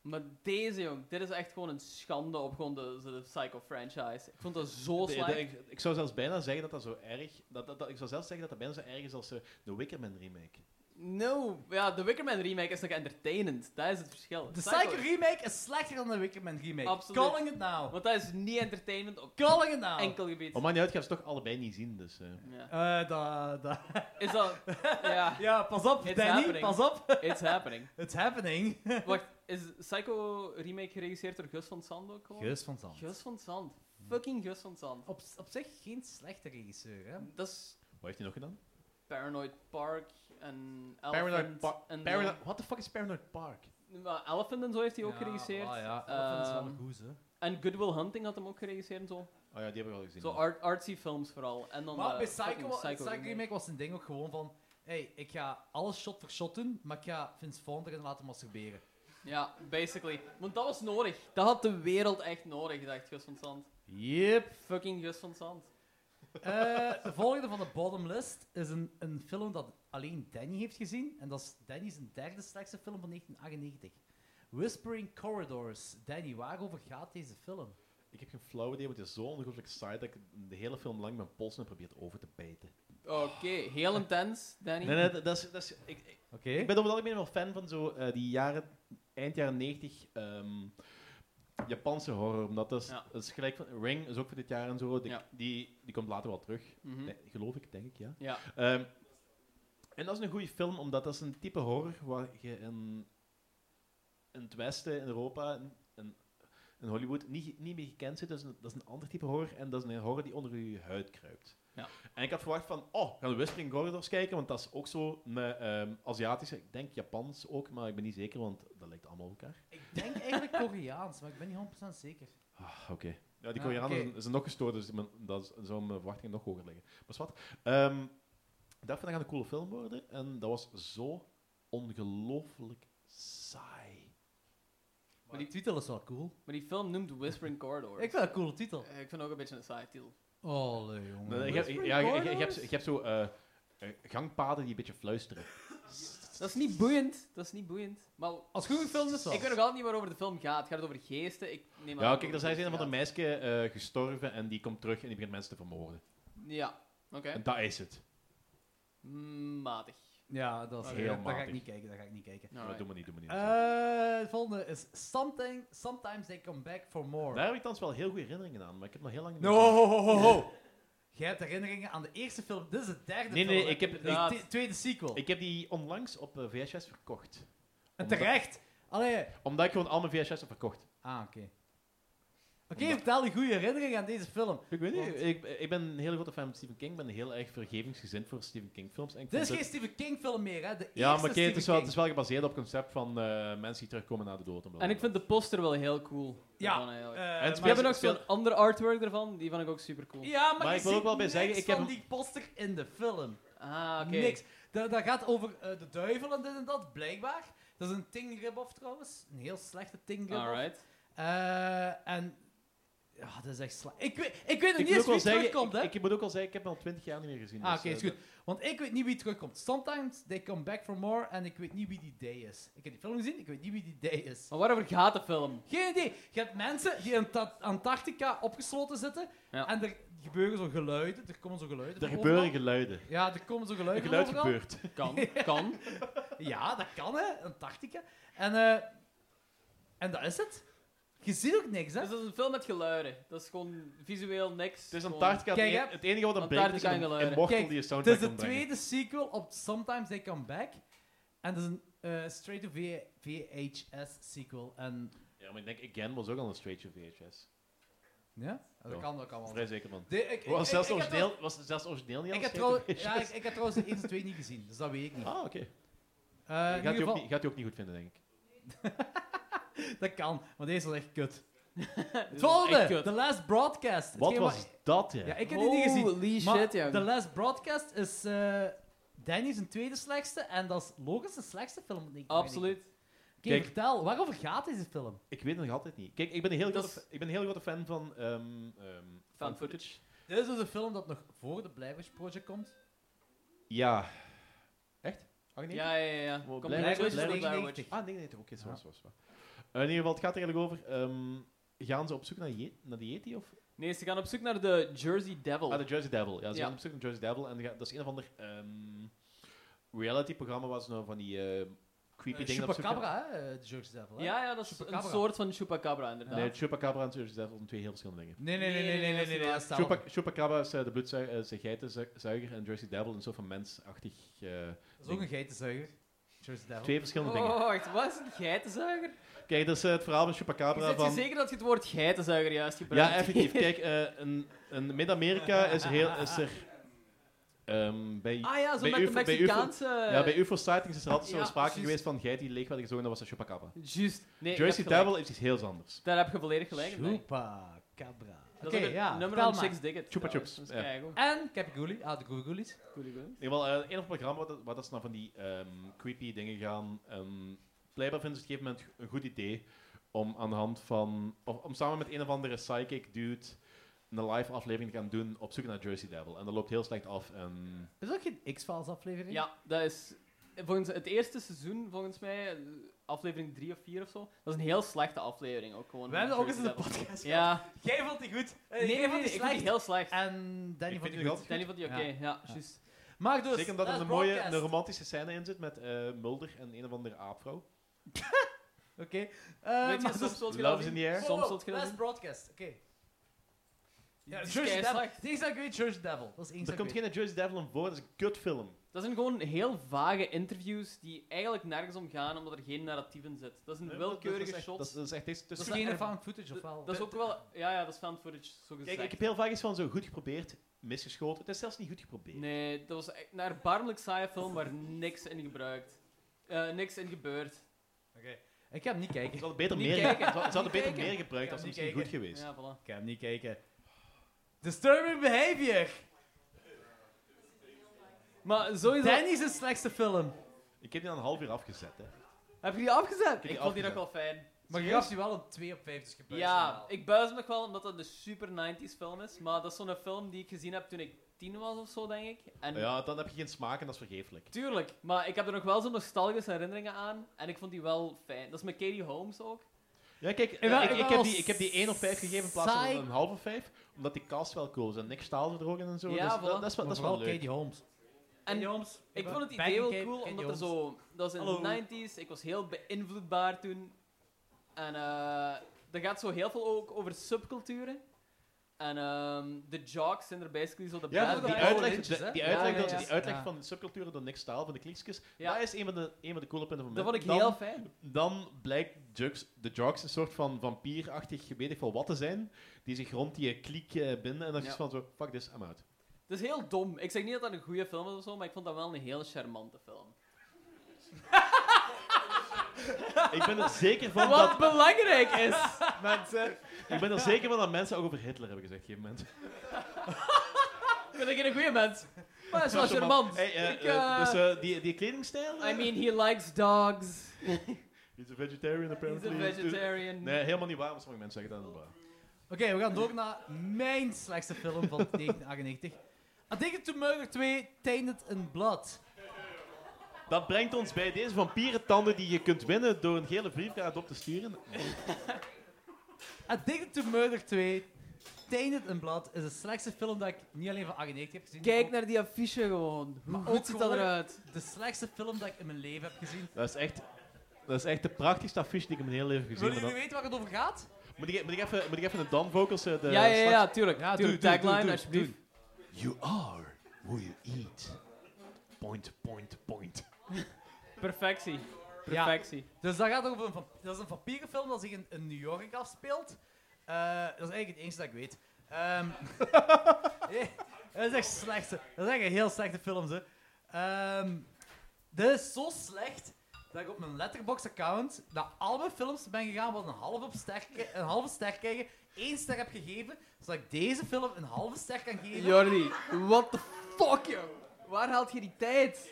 C: Maar deze, jong, dit is echt gewoon een schande op gewoon de, de Psycho franchise. Ik vond dat zo
G: De- de-
C: slecht.
G: ik, ik zou zelfs bijna zeggen dat dat zo erg... Dat, dat, dat- ik zou zelfs zeggen dat dat bijna zo erg is als eh, de Wickerman remake.
C: No. Ja, de Wickerman remake is nog entertainend. Dat is het verschil.
F: De Psycho remake is slechter dan de Wickerman remake.
C: Absoluut.
F: Calling it now.
C: Want dat is niet entertainend op
F: Calling it now.
C: enkel gebied.
G: Om maar niet uit, ik heb ze toch allebei niet zien, dus... eh.
C: Ja.
F: Eh, da, da.
C: Is dat... Ja,
F: Ja, pas op,
C: It's
F: Danny,
C: happening.
F: pas op.
C: it's happening.
F: It's happening.
C: Wacht, is Psycho remake geregisseerd door Gus van Sand ook gewoon?
F: Geus van Zand.
C: Gus van Sand.
F: Hm.
C: Fucking Gus van Sand.
F: Op, op zich geen slechte regisseur, hè?
C: Dat is
G: Wat heeft hij nog gedaan?
C: Paranoid Park en Elephant.
G: Paranoid Park.
C: en
G: Paranoid- What the fuck is Paranoid Park?
C: zo. Maar Elephant en zo heeft hij ook
F: Ja,
C: geregisseerd.
F: ah ja,
C: Ehm,
F: dat is wel een goeie, hè.
C: en Good Will Hunting had hem ook geregisseerd en zo.
G: Oh ja, die heb ik al gezien.
C: Zo art, artsy films vooral. En dan
F: Maar
C: eh,
F: bij Psycho,
C: fucking
F: wa- Psycho
C: remake.
F: Remake was een ding ook gewoon van... Hé, hey, ik ga alles shot voor shot doen, maar ik ga Vince Vaughn erin laten masturberen.
C: Ja, basically. Want dat was nodig. Dat had de wereld echt nodig, dacht Gus van Sand.
F: Yep.
C: Fucking Gus van Sand.
F: Eh, de volgende van de bottomlist is een, een film dat alleen Danny heeft gezien. En dat is Danny's derde slechtste film van 1998. Whispering Corridors. Danny, waarover gaat deze film?
G: Ik heb geen flauw idee, want het is zo ongelooflijk saai dat ik de hele film lang mijn polsen heb geprobeerd over te bijten.
C: Oké, heel intens, Danny.
G: Nee, nee, dat dat is... Dat is ik, ik-
F: Oké.
G: ik ben over het algemeen wel fan van zo eh, die jaren... Eind jaren 90 ehm, Japanse horror, omdat dat is,
C: Ja.
G: dat is gelijk van... Ring is ook van dit jaar en zo. Die,
C: Ja.
G: die, die komt later wel terug.
C: Mhm.
G: Nee, geloof ik, denk ik, ja.
C: Ja.
G: Ehm, en dat is een goede film, omdat dat is een type horror waar je in, in het Westen, in Europa, in, in- in Hollywood niet, niet mee gekend zit. Dat is, een, dat is een ander type horror en dat is een horror die onder je huid kruipt.
C: Ja.
G: En ik had verwacht van, oh, gaan we Whispering Corridors kijken, want dat is ook zo met ehm, Aziatische, ik denk Japans ook, maar ik ben niet zeker, want dat lijkt allemaal op elkaar.
F: Ik denk eigenlijk Koreaans, maar ik ben niet 100% zeker.
G: Ah, oké. Ja, die
F: Ah,
G: Koreanen
F: oké.
G: zijn, zijn nog gestoord, dus men- dat is- zou mijn verwachtingen nog hoger liggen. Maar wat? Ehm ik dacht van, dat gaat een coole film worden. En dat was zo ongelooflijk saai.
F: Maar die titel is wel cool.
C: Maar die film noemt Whispering Corridors.
F: Ik vind dat een coole titel.
C: Eh, ik vind ook een beetje een saaie titel.
F: Oh,
G: Nee,
F: jongen.
G: ik heb, ja, ik, ik- ik heb, zo- ik heb zo eh, eh, gangpaden die een beetje fluisteren.
C: Dat is niet boeiend. Dat is niet boeiend. Maar
F: Als goede film is wel.
C: ik weet nog altijd niet waarover de film gaat. Gaat het over geesten? Ik neem aan
G: Ja,
C: dat
G: kijk,
C: het
G: er zijn een
C: over
G: van de
C: geesten
G: meisje eh, gestorven en die komt terug en die begint mensen te vermoorden.
C: gaat. Ja, oké.
G: En dat is het.
C: Mm, Matig.
F: Ja, dat is
G: Heel
F: heel Dat ga ik
G: matig.
F: niet kijken, dat ga ik niet kijken.
G: Ja,
C: Alright.
G: doe maar niet, doe maar niet.
F: Ah, Eh, de volgende is something, Sometimes They Come Back For More.
G: Daar heb ik thans wel heel goede herinneringen aan, maar ik heb nog heel lang niet
F: No,
G: meer gezien.
F: ho, ho, ho, ho. Jij hebt herinneringen aan de eerste film. Dit is de derde
G: Nee,
F: film.
G: nee,
F: hè?
G: ik heb-
F: De
C: inderdaad.
F: te- tweede sequel.
G: Ik heb die onlangs op eh, VHS verkocht.
F: en terecht. Allee.
G: Omdat ik gewoon al mijn VHS heb verkocht.
F: Ah, oké. Oké, vertel je goede herinneringen aan deze film.
G: Ik weet niet,
F: Want-
G: ik, ik ben een hele grote fan van Stephen King. Ik ben heel erg vergevingsgezind voor Stephen King films. En ik
F: Dit is
G: vond
F: geen Stephen King film meer, hè? De
G: Ja,
F: eerste
G: maar oké, het, is
F: Stephen
G: wel, het
F: King.
G: is wel gebaseerd op het concept van eh, mensen die terugkomen na de dood. bla, bla,
C: En ik
G: bla.
C: vind de poster wel heel cool.
F: Ja,
C: Daarvan eigenlijk.
F: eh,
G: En het
C: we hebben
G: maar-
C: nog zo'n
G: speel-
C: ander artwork ervan. Die vond ik ook super cool.
F: Ja, maar,
G: Maar
F: je
G: ik wil
F: ziet
G: ook wel bij
F: niks
G: zeggen, ik heb
F: van
G: hem-
F: die poster in de film.
C: Ah, oké.
F: Niks. Dat, dat gaat over eh, de duivel en dit en dat, blijkbaar. Dat is een ting rip-off trouwens. Een heel slechte ting rip-off.
C: Alright.
F: Eh, en... Ja, dat is echt slecht. Ik weet, ik weet nog niet
G: Ik moet,
F: eens
G: ook wel
F: wie
G: zeggen,
F: terugkomt, hè.
G: ik, ik moet ook al zeggen, ik heb hem al twintig jaar niet meer gezien.
F: Ah,
G: dus,
F: oké,
G: eh,
F: is goed. Want ik weet niet wie terugkomt. Sometimes they come back for more en ik weet niet wie die day is. Ik heb die film gezien, ik weet niet wie die day is.
C: Maar waarover gaat de film?
F: Geen idee. Je hebt mensen die in Ta- Antarctica opgesloten zitten
C: Ja.
F: en er gebeuren zo geluiden. Er komen zo geluiden.
G: Er
F: van
G: gebeuren
F: overal.
G: geluiden.
F: Ja, er komen zo
G: Een
F: geluiden. van
G: geluid
F: overal.
G: gebeurt.
C: Kan, kan.
F: Ja, dat kan hè, Antarctica. En, eh, en dat is het. Je ziet ook niks, hè?
C: Dus dat is een film met geluiden. Dat is gewoon visueel niks.
G: Het is
C: Gewoon-
G: Antarctica.
F: Kijk,
G: het
F: hè.
G: e- het enige wat hem brengt is
C: Antarctica
G: een
C: en geluiden.
G: immortal
F: Kijk, dus
G: die een
F: Het
G: soundtrack
F: is de
G: kan brengen.
F: tweede sequel op Sometimes I Come Back. En dat is een eh, straight-to VHS sequel. En
G: Ja, maar ik denk, Again was ook al een straightje VHS.
F: ja, dat
G: Ja.
F: kan ook allemaal.
G: Vrij zeker van.
F: De- ik, ik,
G: Was zelfs
F: ik, ik, heb
G: origineel- was zelfs origineel niet
F: trouw-
G: al
F: ik, heb trouw-
G: een straight to
F: ja, ik,
G: VHS?
F: ik heb trouwens de 1 en 2 niet gezien, dus dat weet ik niet.
G: Ah, oké.
F: Eh, in
G: Gaat
F: ieder
G: je ook
F: geval,
G: niet- Gaat hij ook niet goed vinden, denk ik.
F: dat kan, maar deze was echt kut.
C: is
F: Het
C: echt
F: volgende,
C: kut.
F: The Last Broadcast.
G: Wat
F: Hetgeen
G: was
F: wa-
G: dat, hè?
F: Ja, ik heb die niet gezien.
C: Holy
F: Maar
C: shit, ja.
F: The Last Broadcast is eh Danny zijn tweede slechtste en dat is logisch de slechtste film. Denk ik.
C: Absoluut.
F: Oké,
G: Kijk.
F: vertel, waarover gaat deze film?
G: Ik weet het nog altijd niet. Kijk, ik ben een heel,
C: Dat
G: grote,
C: is-
G: ik ben een heel grote fan van ehm ehm,
C: Fan footage.
F: Dit is dus een film dat nog voor de Blair Project komt.
G: Ja. Echt? Ach, nee?
C: Ja, ja, ja, ja. Kom,
G: Wow, Blair
C: Blair
G: Witch
C: Witch is
F: is
C: Blair
F: 99.
C: Witch.
G: Ah, nee, nee, toch. Oké, zo, zo, zo. In ieder geval, het gaat er eigenlijk over... ehm, gaan ze op zoek naar, je- naar de Yeti? Of?
C: Nee, ze gaan op zoek naar de Jersey Devil.
G: Ah, de Jersey Devil. Ja, ze
C: Oh. Ja.
G: gaan op zoek naar de Jersey Devil. En die gaan- dat is een of ander ehm, reality-programma waar ze nou van die ehm, creepy
F: Uh,
G: dingen op zoek gaan.
F: Chupacabra, hè, eh, de Jersey Devil. Hè?
C: ja, ja, dat is een
F: Chupacabra.
C: soort van Chupacabra, inderdaad.
G: Nee, Chupacabra en Jersey Devil zijn twee heel verschillende dingen.
F: Nee, nee, nee, nee, nee, nee, nee, nee, dat is
G: Chupa,
F: hetzelfde.
G: Chupacabra is eh, de bloedzuiger, geitenzuiger en Jersey Devil is een soort van mensachtig... eh,
F: Dat is ook een geitenzuiger. Jersey Devil.
G: twee verschillende dingen.
C: Oh, echt, wat is een geitenzuiger?
G: Kijk, dat is eh, het verhaal van
C: Je
G: Chupacabra
C: bent je
G: van...
C: zeker dat je het woord geitenzuiger juist gebruikt?
G: Ja, effectief. Kijk, eh, in, in Mid-Amerika is, heel- is er... ehm, bij,
C: Ah ja, zo
G: bij
C: met
G: UFO
C: de
G: bij
C: Mexicaanse...
G: UFO ja, bij UFO-sightings is er altijd zo
C: Ja,
G: sprake
C: precies.
G: geweest van geit die leeg werd gezogen, dat was een Chupacabra.
C: Juist. Nee, je
G: Jersey
C: hebt gelijk.
G: Devil is iets heel anders.
C: Daar heb je volledig gelijk in. denk ik.
F: Chupacabra. Oké,
C: Dat is ook het
F: ja,
C: nummer
F: vertel
C: van
F: maar.
C: Six Digit.
G: Chupa
C: trouwens.
G: Chups,
C: Dat is
G: ja.
C: keigoed.
F: En Capicooli, ah, de Google Goolies.
C: Goeie goeie.
G: In ieder geval, eh, een of ander programma wat, wat dat ze nou van die ehm, creepy dingen gaan. ehm blijkbaar vinden ze op een gegeven moment een goed idee om aan de hand van. Of, om samen met een of andere psychic dude een live aflevering te gaan doen op zoek naar Jersey Devil. En dat loopt heel slecht af. En
F: Is dat ook geen X-Files aflevering?
C: Ja, dat is... Volgens het eerste seizoen, volgens mij, aflevering 3 of 4 of zo, dat is een heel slechte aflevering ook gewoon.
F: We hebben ook eens in
C: Jersey
F: de
C: Devil.
F: podcast gehad.
C: Ja.
F: Jij vond die goed. eh,
C: Nee,
F: jij
C: nee,
F: vond die
C: nee, ik vond die
F: slecht.
C: heel slecht.
F: En Danny vond
G: Ik vind
F: die
G: die
F: goed.
G: wel-
C: Danny vond die oké,
F: Ja.
C: ja, juist.
F: Maar dus,
G: zeker omdat er
F: dat
G: een
F: is
G: mooie
F: broadcast.
G: een romantische scène in zit met eh, Mulder en een of andere aapvrouw.
F: Oké. eh,
C: Weet je,
F: maar
C: soms
F: dus-
C: zult je dat
G: Love is in
C: zien.
G: the air.
C: Soms
F: Wow, wow,
C: zult je dat
F: last
C: doen.
F: broadcast. Oké. Ja,
C: Die is
F: Jersey
C: kei
F: Devil.
C: slecht.
F: Het enige dat ik weet, Jersey Devil. Dat is één
G: Er komt geen Jersey Devil in voor, dat is een kutfilm.
C: Dat zijn gewoon heel vage interviews die eigenlijk nergens om gaan, omdat er geen narratief in zit. Dat is een
G: Nee, dat- dat is
C: willekeurige
G: echt-
C: shot.
G: Dat is- dat is echt iets
F: Dat
G: tussen.
F: is geen found footage, of wel?
C: Dat is ook wel... Ja, ja, dat is fan footage, zo
G: Kijk, ik
C: gezegd.
G: heb heel vaak eens van zo goed geprobeerd, misgeschoten. Het is zelfs niet goed geprobeerd.
C: Nee, dat was echt een erbarmelijk saaie film waar niks in gebruikt. Eh, niks in gebeurt.
F: Oké. Ik ga hem niet kijken.
G: Ze hadden beter,
C: Niet
G: meer, ze
C: kijken.
G: hadden
C: Niet
G: beter
C: kijken.
G: meer gebruikt,
F: Ja,
G: dat
F: niet
G: was misschien goed
F: kijken.
G: geweest.
C: Ja, voilà.
F: Ik ga hem niet kijken. Disturbing Behavior.
C: Maar sowieso...
F: Danny's zijn slechtste film.
G: Ik heb die aan een half uur afgezet. Hè.
C: Heb je die afgezet?
G: die
C: Ik vond die nog
G: afgezet.
C: wel fijn.
F: Maar je gaf die wel een 2 op 5, dus gebeurt
C: Ja, ik buis hem nog wel omdat dat een super 90s film is. Maar dat is zo'n film die ik gezien heb toen ik tien was of zo, denk ik. En
G: Ja, dan heb je geen smaak en dat is vergeeflijk.
C: Tuurlijk, maar ik heb er nog wel zo'n nostalgische herinneringen aan. En ik vond die wel fijn. Dat is met Katie Holmes ook.
G: Ja, kijk,
F: En wel-
G: eh, ik,
F: en
G: ik,
F: wel
G: heb die, ik heb die 1 of 5 gegeven in plaats
F: saai.
G: van een halve 5, omdat die cast wel cool is. En Nick Staal zit er ook in en zo.
C: Ja,
G: dus
C: voilà.
G: dat, dat is wel, dat is wel leuk.
F: Katie Holmes.
C: En
F: Katie Holmes.
C: ik vond het
F: Back
C: idee
F: in
C: wel
F: Katie-
C: cool,
F: Katie
C: omdat er
F: Holmes.
C: zo... Dat was in
F: Hallo.
C: de 90s, ik was heel beïnvloedbaar toen. En eh er gaat zo heel veel ook over subculturen. En ehm, de jocks zijn er basically zo de
G: Ja,
C: bad
G: die
C: guys.
F: uit-
G: uitleg,
F: lintjes, hè?
G: die
C: Ja,
G: uitleg,
C: ja,
G: dat-
C: ja.
G: die uitleg
F: Ja.
G: van de subculturen door Nick Staal, van de kliksjes,
C: Ja.
G: dat is een van, de, een van de coole punten van
C: Dat
G: mij.
C: vond ik
G: Dan-
C: heel fijn.
G: Dan blijkt Jux, de Jocks een soort van vampierachtig, weet ik veel wat te zijn, die zich rond die eh, kliek eh, binden en dan is
C: Ja.
G: van zo, fuck this, I'm out.
C: Het is heel dom. Ik zeg niet dat dat een goede film is of zo, maar ik vond dat wel een heel charmante film.
G: Ik ben er zeker van dat...
C: Wat belangrijk is!
G: Mensen. Ik ben er zeker van dat mensen ook over Hitler hebben gezegd op een gegeven moment.
C: Ik vind ik een goede mens. Maar hij is wel charmant.
G: Hey, eh,
C: Ik,
G: eh,
C: eh,
G: dus eh, die, die kledingstijl? eh,
C: I mean, he likes dogs.
G: He's a vegetarian
C: He's a
G: apparently.
C: vegetarian.
G: Nee, helemaal niet waar, maar sommige mensen zeggen dat wel.
F: Oké, we gaan door naar mijn slechtste film van 1998. A Ticket to Murder 2, Tainted in Blood.
G: Dat brengt ons bij deze vampierentanden die je kunt winnen door een gele briefkaart op te sturen.
F: Addicted to Murder 2, Tainted in Blood is de slechtste film dat ik niet alleen van 98 heb gezien.
C: Kijk
F: ook
C: naar die affiche gewoon. Hoe
F: Maar ook
C: goed ziet dat
F: gewoon-
C: eruit?
F: De slechtste film dat ik in mijn leven heb gezien.
G: Dat is echt... Dat is echt de prachtigste affiche die ik in mijn hele leven gezien
F: Willen
G: heb.
F: jullie weten waar het over gaat?
G: Moet ik, moet, ik even, moet ik even de Dan vocals... eh, De
C: ja, ja, ja,
G: straks-
C: tuurlijk.
F: Ja,
C: tuurlijk.
F: doe, doe,
C: Tagline,
F: doe, doe,
C: alsjeblieft.
G: You are who you eat. Point, point, point.
C: Perfectie.
F: Ja.
C: Perfectie.
F: Dus dat gaat over een, vamp- dat is een vampierenfilm dat zich in, in New York afspeelt. Eh, dat is eigenlijk het enige dat ik weet. Ehm, eh, dat is echt slechtste. Dat is echt een heel slechte films, hè. Ehm, dit is zo slecht dat ik op mijn Letterboxd-account naar al mijn films ben gegaan wat een halve, op ster, een halve ster krijgen, één ster heb gegeven, zodat ik deze film een halve ster kan geven.
C: Jordi, what the fuck, joh? Waar haalt je die tijd?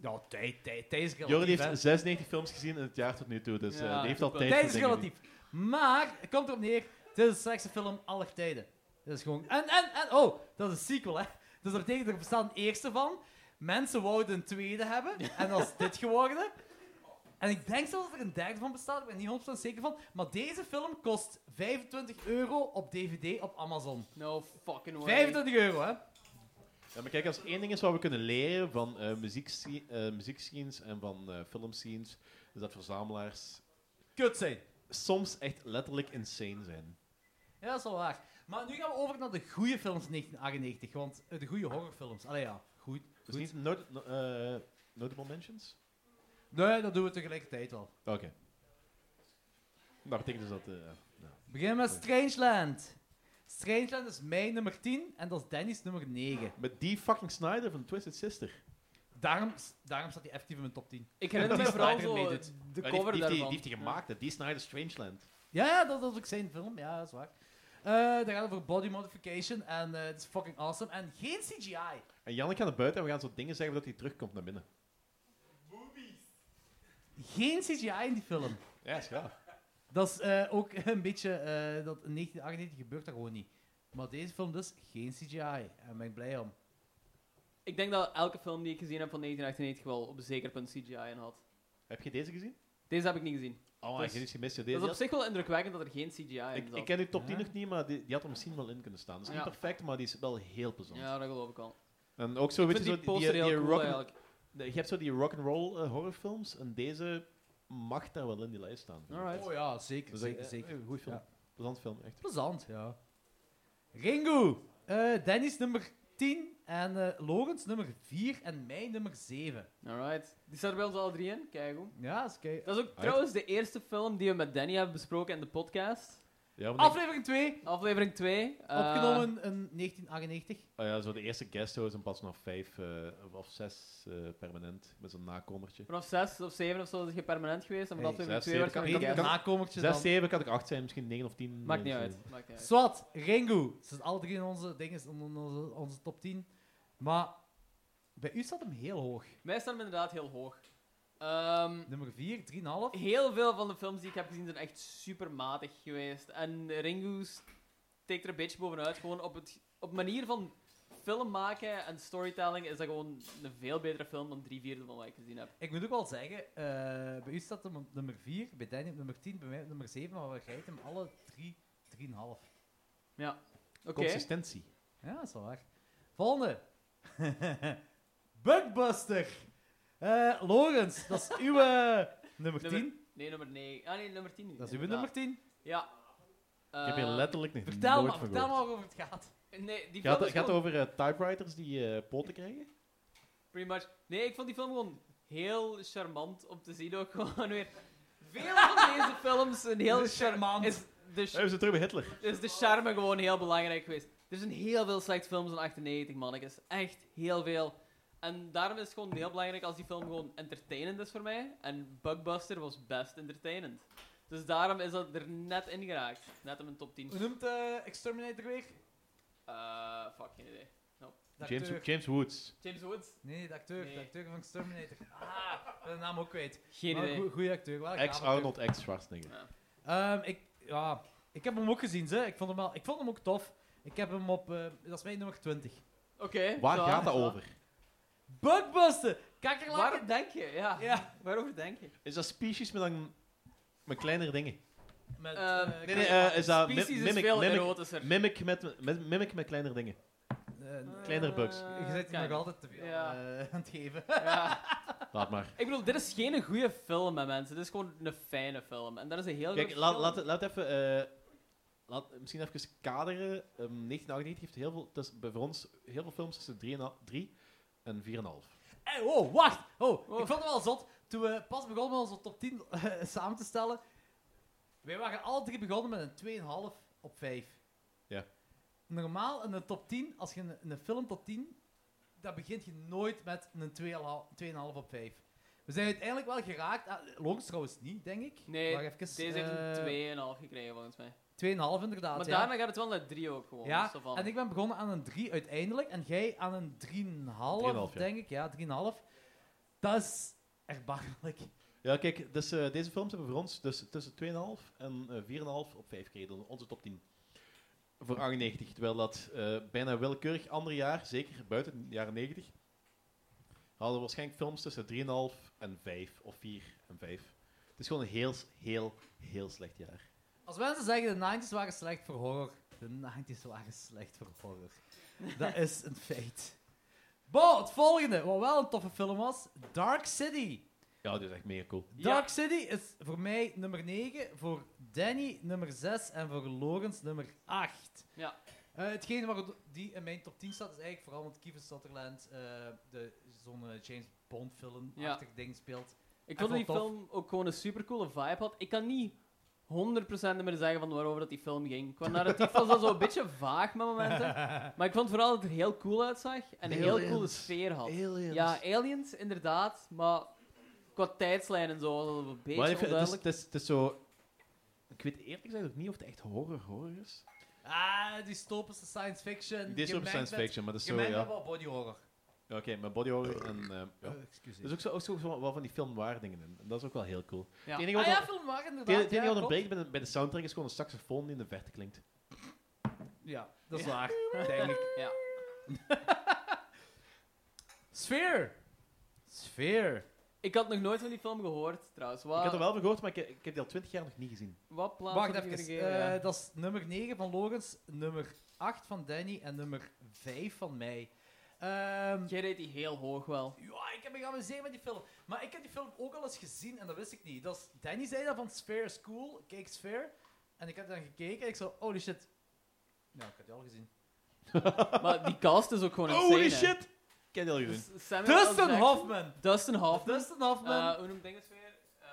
F: Ja, tijd, tijd, tijd is relatief,
G: Jordi
F: hè.
G: heeft 96 films gezien in het jaar tot nu toe, dus eh,
C: Ja,
G: die heeft al
C: dat
G: tijd
F: Tijd
G: voor
F: is
G: dingen
F: relatief. Maar, het komt erop neer, dit is de slechtste film aller tijden. Dat is gewoon... En, en, en, oh, dat is een sequel, hè. Dus dat betekent, er bestaat een eerste van. Mensen wouden een tweede hebben, en dat is dit geworden. En ik denk zelfs dat er een derde van bestaat, ik ben er niet 100% zeker van. Maar deze film kost 25 euro op DVD op Amazon.
C: No fucking way.
F: 25 euro, hè.
G: doen. Ja, maar kijk, als één ding is wat we kunnen leren van eh muzieksce- eh, muziekscenes en van eh, filmscenes, is dat verzamelaars
F: Kut zijn.
G: soms echt letterlijk insane zijn.
F: Ja, dat is wel waar. Maar nu gaan we over naar de goede films 1998, want eh, de goede horrorfilms. Allee ja, goed.
G: Dus
F: goed.
G: niet not- no- eh, notable mentions?
F: Nee, dat doen we tegelijkertijd wel.
G: Oké. Nou, betekent dus dat... eh, ja.
F: We beginnen met Strangeland. Strangeland is mijn nummer 10 en dat is Danny's nummer 9.
G: Met die fucking Snyder van Twisted Sister.
F: Daarom, daarom staat hij effectief in mijn top 10.
C: Ik herinner me
F: Die
C: vooral
F: Snyder
C: zo eh,
F: made it.
C: de
G: Maar die heeft-
C: cover
G: die, heeft die,
C: daarvan.
G: die heeft die gemaakt, hè. die Snyder Strangeland.
F: Ja, ja, dat, dat is ook zijn film. Ja, dat is waar. Eh dat gaat over body modification en eh, het is fucking awesome. En geen CGI.
G: En Jannik gaat naar buiten en we gaan zo dingen zeggen dat hij terugkomt naar binnen.
F: Geen CGI in die film.
G: Ja, is graag.
F: Dat is eh, ook een beetje... eh, dat in 1998 gebeurt dat gewoon niet. Maar deze film dus geen CGI. En daar ben ik blij om.
C: Ik denk dat elke film die ik gezien heb van 1998 wel op een zeker punt CGI in had.
G: Heb je deze gezien?
C: Deze heb ik niet gezien.
G: Oh,
C: Dus-
G: ik heb iets gemist. ja. Deze
C: Dat is op
G: had-
C: zich wel indrukwekkend dat er geen CGI in
G: ik,
C: zat.
G: ik ken die top 10
F: Ja.
G: nog niet, maar die, die had er misschien wel in kunnen staan. Dat is
C: Ja.
G: niet perfect, maar die is wel heel plezant.
C: ja, dat geloof ik al.
G: En ook zo,
C: Ik
G: weet
C: vind
G: je,
C: die
G: zo, die, die, eh,
C: poster heel
G: die
C: cool
G: rock
C: eigenlijk.
G: Nee, je hebt zo die rock'n'roll eh, horrorfilms en deze mag daar wel in die lijst staan. vind ik.
C: Alright.
F: Oh ja, zeker.
G: Dus
F: zeker,
G: eh,
F: zeker.
G: eh, goeie film.
F: Ja.
G: Plezant film, echt.
F: Plezant, ja. Ringo, eh Dennis nummer 10 en eh Logans nummer 4 en mij nummer 7.
C: Alright. Die staat er bij ons alle drie in. Kijk hoe.
F: Ja, is oké.
C: Dat is ook trouwens de eerste film die we met Danny hebben besproken in de podcast.
G: Ja, want ik-
F: Aflevering 2,
C: Aflevering eh, 2.
F: opgenomen in 1998.
G: oh ja, zo de eerste guest house en pas nog vijf eh, of zes eh, permanent met zo'n nakomertje.
C: Vanaf 6 of 7 of zo is je permanent geweest. En vanaf
F: Hey,
C: aflevering
G: zes,
C: 2 werd
G: zeven,
C: je een
G: kan-
F: Weet
G: kan-
F: je,
C: guest.
F: nakomertje
G: Zes,
F: dan.
G: zeven kan ik acht zijn, misschien negen of tien.
C: Maakt
G: eh,
C: niet
G: zo.
C: uit. Maakt niet uit.
F: Swat, Ringo. Ze zijn alle drie in onze, dingen, in onze, onze top 10. Maar bij u staat hem heel hoog.
C: Mij staan hem inderdaad heel hoog. Ehm,
F: Nummer 4, 3,5.
C: heel veel van de films die ik heb gezien zijn echt super matig geweest. En Ringo steekt er een beetje bovenuit. Gewoon op, het, op manier van film maken en storytelling is dat gewoon een veel betere film dan drie vierde van wat ik gezien heb.
F: Ik moet ook wel zeggen, eh, bij u staat hem op nummer 4, bij Danny op nummer 10, bij mij op nummer 7, maar we rijden hem alle 3, 3,5.
C: Oké.
G: Consistentie.
F: Ja, dat is wel waar. Volgende. Bugbuster. Eh Logans, dat is uw eh, nummer 10.
C: Nee, nummer 9. Ah nee, nummer 10 nu.
F: Dat is uw
C: inderdaad.
F: nummer 10.
C: Ja.
G: Ik heb hier
C: Ehm,
G: letterlijk nog
F: Vertel
G: nooit
F: maar,
G: van
F: vertel
G: gehoord.
F: maar waarover het gaat.
C: Nee, die film
G: Gaat,
C: is
G: het- gaat het
C: gewoon
G: over eh, typewriters die eh, poten krijgen?
C: pretty much... Nee, ik vond die film gewoon heel charmant om te zien ook gewoon weer. Veel van deze films zijn heel
F: Is charmant.
C: Is de, ch-
G: Hebben ze terug bij Hitler?
C: is de charme gewoon heel belangrijk geweest. Er zijn heel veel slechte films van 98, mannetjes. Echt heel veel. En daarom is het gewoon heel belangrijk als die film gewoon entertainend is voor mij. En Bugbuster was best entertainend. Dus daarom is dat er net in geraakt. Net in mijn top 10.
F: Hoe noemt eh, Exterminator weer?
C: Eh, fuck, geen idee.
F: De
G: James,
F: acteur.
G: James Woods.
C: James Woods?
F: Nee, de acteur,
C: Nee.
F: de acteur van Exterminator. Ah, ik ben de naam ook kwijt.
C: Geen
F: Maar
C: idee.
F: een goede acteur, wel een gave acteur.
G: Ex-Arnold, ex-Schwarzenegger.
F: Ehm, ik, ja, ik heb hem ook gezien, ze. Ik, vond hem wel- ik vond hem ook tof. Ik heb hem op, eh, dat is mijn nummer 20.
C: Oké.
G: Waar
C: zo,
G: gaat dat
C: zo.
G: over?
F: Bugbuster! Kakkerlakken!
C: Waarom denk je? Ja.
F: Ja.
C: Waarover denk je?
G: Is dat species met, een, met kleinere dingen?
F: Met,
C: Ehm,
F: eh,
G: Nee, nee, eh, is dat
C: Species
G: mi-
C: is
G: mimic,
C: veel
G: mimic,
C: erotischer.
G: mimic, met, met, mimic met kleinere dingen.
F: eh,
G: kleinere bugs.
C: Eh,
F: je zit
C: kijk.
F: nog altijd te veel
C: Ja.
F: eh, aan het geven.
C: Ja.
G: Laat maar.
C: Ik bedoel, dit is geen goede film, hè, mensen. Dit is gewoon een fijne film. En dat is een heel
G: Kijk,
C: groot
G: laat,
C: verschil.
G: laat, het- laat even... eh, laat, misschien even kaderen. Ehm, 1998 heeft heel veel... Dat is bij voor ons heel veel films tussen 3 en, 3 en 4,5.
F: Hey, wow, wacht! Eh, Oh,
C: Wow.
F: Ik vond het wel zot. Toen we pas begonnen met onze top 10 eh, samen te stellen, wij waren alle drie begonnen met een 2,5 op 5.
G: Ja.
F: Normaal in een top 10, als je een, een film tot 10, dan begint je nooit met een 2,5 op 5. We zijn uiteindelijk wel geraakt. Ah, Longs trouwens niet, denk ik.
C: Nee,
F: Maar even,
C: Deze heeft
F: eh,
C: een 2,5 gekregen, volgens mij.
F: 2,5 inderdaad.
C: maar
F: ja.
C: daarna gaat het wel naar 3 ook gewoon.
F: Ja,
C: dus zo van-
F: en ik ben begonnen aan een 3 uiteindelijk. En jij aan een 3,5,
G: 3,5, ja.
F: denk ik. Ja, 3,5. Dat is erbarmelijk.
G: Ja, kijk, dus, eh, deze films hebben voor ons dus tussen 2,5 en eh, 4,5 op 5 gekregen. Dat is Onze top 10. Voor 98, terwijl dat eh, bijna willekeurig ander jaar, zeker buiten de jaren 90, hadden we waarschijnlijk films tussen 3,5 en 5 of 4 en 5. Het is gewoon een heel, heel, heel slecht jaar.
F: Als mensen zeggen de 90s waren slecht voor horror. De 90s waren slecht voor horror. Dat is een feit. Bo, het volgende, wat wel een toffe film was: Dark City.
G: Ja, dit is echt mega cool.
C: Ja.
F: Dark City is voor mij nummer 9, voor Danny nummer 6 en voor Logans nummer 8.
C: Ja.
F: Eh, hetgeen waar die in mijn top 10 staat, is eigenlijk vooral omdat Kiefer Sutherland eh, de zo'n eh, James Bond film-achtig ding speelt.
C: Ik vond dat die
F: vond het
C: film ook gewoon een supercoole vibe had. Ik kan niet 100% meer zeggen van waarover dat die film ging. Qua narratief was dat zo'n beetje vaag met momenten. Maar ik vond vooral dat het er heel cool uitzag en een heel coole
G: Aliens.
C: sfeer had.
G: Aliens.
C: Ja, aliens inderdaad, maar qua tijdslijn en zo was dat een beetje
G: maar ik vind- het, is,
C: onduidelijk.
G: het, is, het is zo... Ik weet eerlijk gezegd ook niet of het echt horror horror is.
F: Ah, dystopische science fiction.
G: Dit is ook
F: gemengd
G: science
F: met-
G: fiction, maar dat is zo,
F: Gemengd met
G: ja.
F: wel body horror.
G: Ja, Oké, maar body horror en... eh, ja.
F: Eh, excuseer.
G: Er is ook, zo, ook zo van- wel van die filmwaar dingen in. En dat is ook wel heel cool.
C: Ja.
G: Het enige
F: ah
G: wat,
F: ja,
G: al-
F: film waar
G: het enige-
F: inderdaad.
G: het enige wat
F: ja, klopt.
G: ontbreekt bij de, bij de soundtrack is gewoon een saxofoon die in de verte klinkt.
F: Ja, dat is waar, denk ik.
C: Ja.
F: Sfeer. Sfeer.
C: Ik had nog nooit van die film gehoord trouwens. Wat,
G: Ik had er wel van gehoord, maar ik, ik heb die al twintig jaar nog niet gezien.
C: wat plaats
F: Wacht
C: had ik
F: even.
C: gegeven? Ja.
F: eh, dat is nummer 9 van Logans, nummer 8 van Danny en nummer 5 van mij. Ehm,
C: Jij reed die heel hoog wel.
F: ja, ik heb me geamuseerd met die film. Maar ik heb die film ook al eens gezien en dat wist ik niet. Dat is, Danny zei dat van Sphere is cool, kijk Sphere. En ik heb dan gekeken en ik zo, holy shit. Ja, ik had die al gezien.
C: Maar die cast is ook gewoon insane.
G: Holy
C: hè.
G: shit! Ik heb die al gezien.
C: Dus Samuel L.
F: Dustin
C: Jackson-
F: Hoffman!
C: Dustin Hoffman.
F: Dustin Hoffman!
C: Eh, hoe noemt Engels weer? Eh,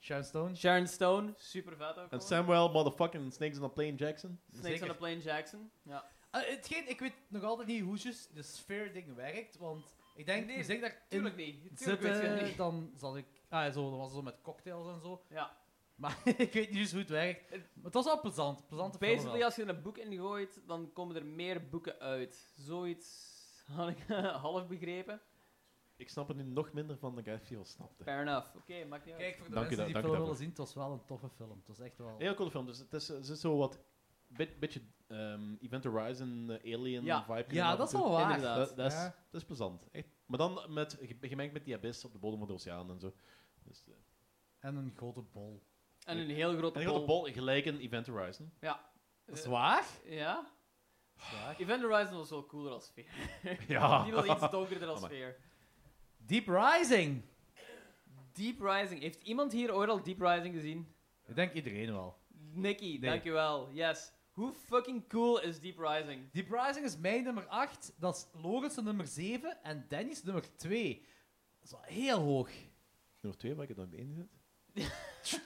F: Sharon Stone.
C: Sharon Stone, super vet ook.
G: En
C: gewoon.
G: Samuel motherfucking Snakes on a Plane Jackson.
C: Snakes
F: Zeker.
C: on a Plane Jackson. Ja.
F: Eh, hetgeen, ik weet nog altijd niet hoe juist de Sphere-ding werkt, want ik denk,
C: Nee,
F: als ik daar in
C: Tuurlijk niet. Tuurlijk weet je dat
F: zitten,
C: niet.
F: dan zal ik... Ah, zo, dat was zo met cocktails en zo.
C: Ja.
F: Maar ik weet niet eens hoe het werkt. Maar het was wel plezant. Plezante film
C: Basically,
F: wel.
C: als je er een boek in gooit, dan komen er meer boeken uit. Zoiets had ik half begrepen.
G: Ik snap er nu nog minder van dan ik eigenlijk al snapte.
C: Fair enough. Oké, maakt niet uit.
F: Kijk, voor de
G: Dank u
F: mensen
G: da-
F: die
G: dank u
F: film
G: daarvoor.
F: willen zien, het was wel een toffe film. Het was echt wel...
G: Heel coole film. Dus het is, er zit zo wat... bit- beetje ehm, Event Horizon, eh, Alien
C: Ja.
G: vibe. in
F: Ja,
G: af
F: dat
G: en
F: is
G: toe.
F: wel waar.
C: Inderdaad.
G: Dat, dat is,
F: Ja.
G: dat is plezant. Echt. Maar dan met, ge- gemengd met die abyss op de bodem van de oceaan en zo. Dus, eh,
F: En een grote bol.
C: En een heel grote
G: en ik had de bol gelijk in Event Horizon.
F: Dat is waar?
C: Ja? Event Horizon was wel cooler als sfeer.
G: Ja.
C: Die was iets donkerder als
G: Amai.
C: sfeer.
F: Deep Rising!
C: Deep Rising. Heeft iemand hier ooit al Deep Rising gezien?
F: Ik denk iedereen wel.
C: Nicky, dankjewel. Yes. Hoe fucking cool is Deep Rising?
F: Deep Rising is mijn nummer 8, dat is Loren's nummer 7 en Danny's nummer 2. Dat is wel heel hoog.
G: Nummer 2, waar ik het dan in zit.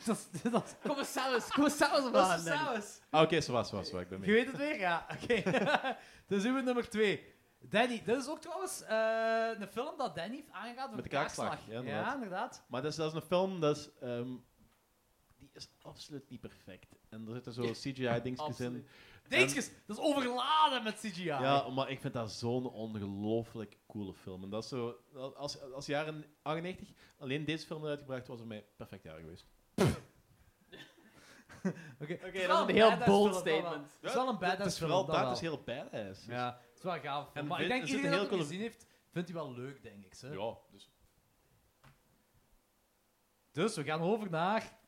F: dat is... Dat is
C: Kom eens zelfs, kom eens zelfs op aan, Danny.
F: saus.
G: Ah, oké, zo was, zo was, zo was, ik ben
F: Je
G: mee.
F: weet het weer? Ja, oké. dus uw nummer 2. Danny, dit is ook trouwens eh, een film dat Danny heeft aangeraden voor
G: Met de kaakslag, ja, inderdaad.
F: inderdaad.
G: Maar dat is, dat is een film, dat is, ehm, die is absoluut niet perfect. En er zitten zo CGI-dingetjes in.
C: Absoluut.
F: Dingetjes, dat is overladen met CGI.
G: Ja, maar ik vind dat zo'n ongelooflijk coole film. En dat is zo, als, als jaren 98 alleen deze film eruit gebracht was, voor mij een perfect jaar geweest.
F: Oké,
C: Oké, dat is een heel bold statement.
F: Het is wel een badass
G: Het is
F: film,
G: vooral
F: dat
G: dat,
F: wel.
G: het is heel badass.
F: Ja, het is wel een gaaf. film.
G: En
F: maar ik
G: dit-
F: denk
G: er zit
F: iedereen
G: een
F: dat hem
G: heel
F: gezien heeft, vindt hij wel leuk, denk ik. Ze.
G: Ja, dus
F: Dus we gaan over naar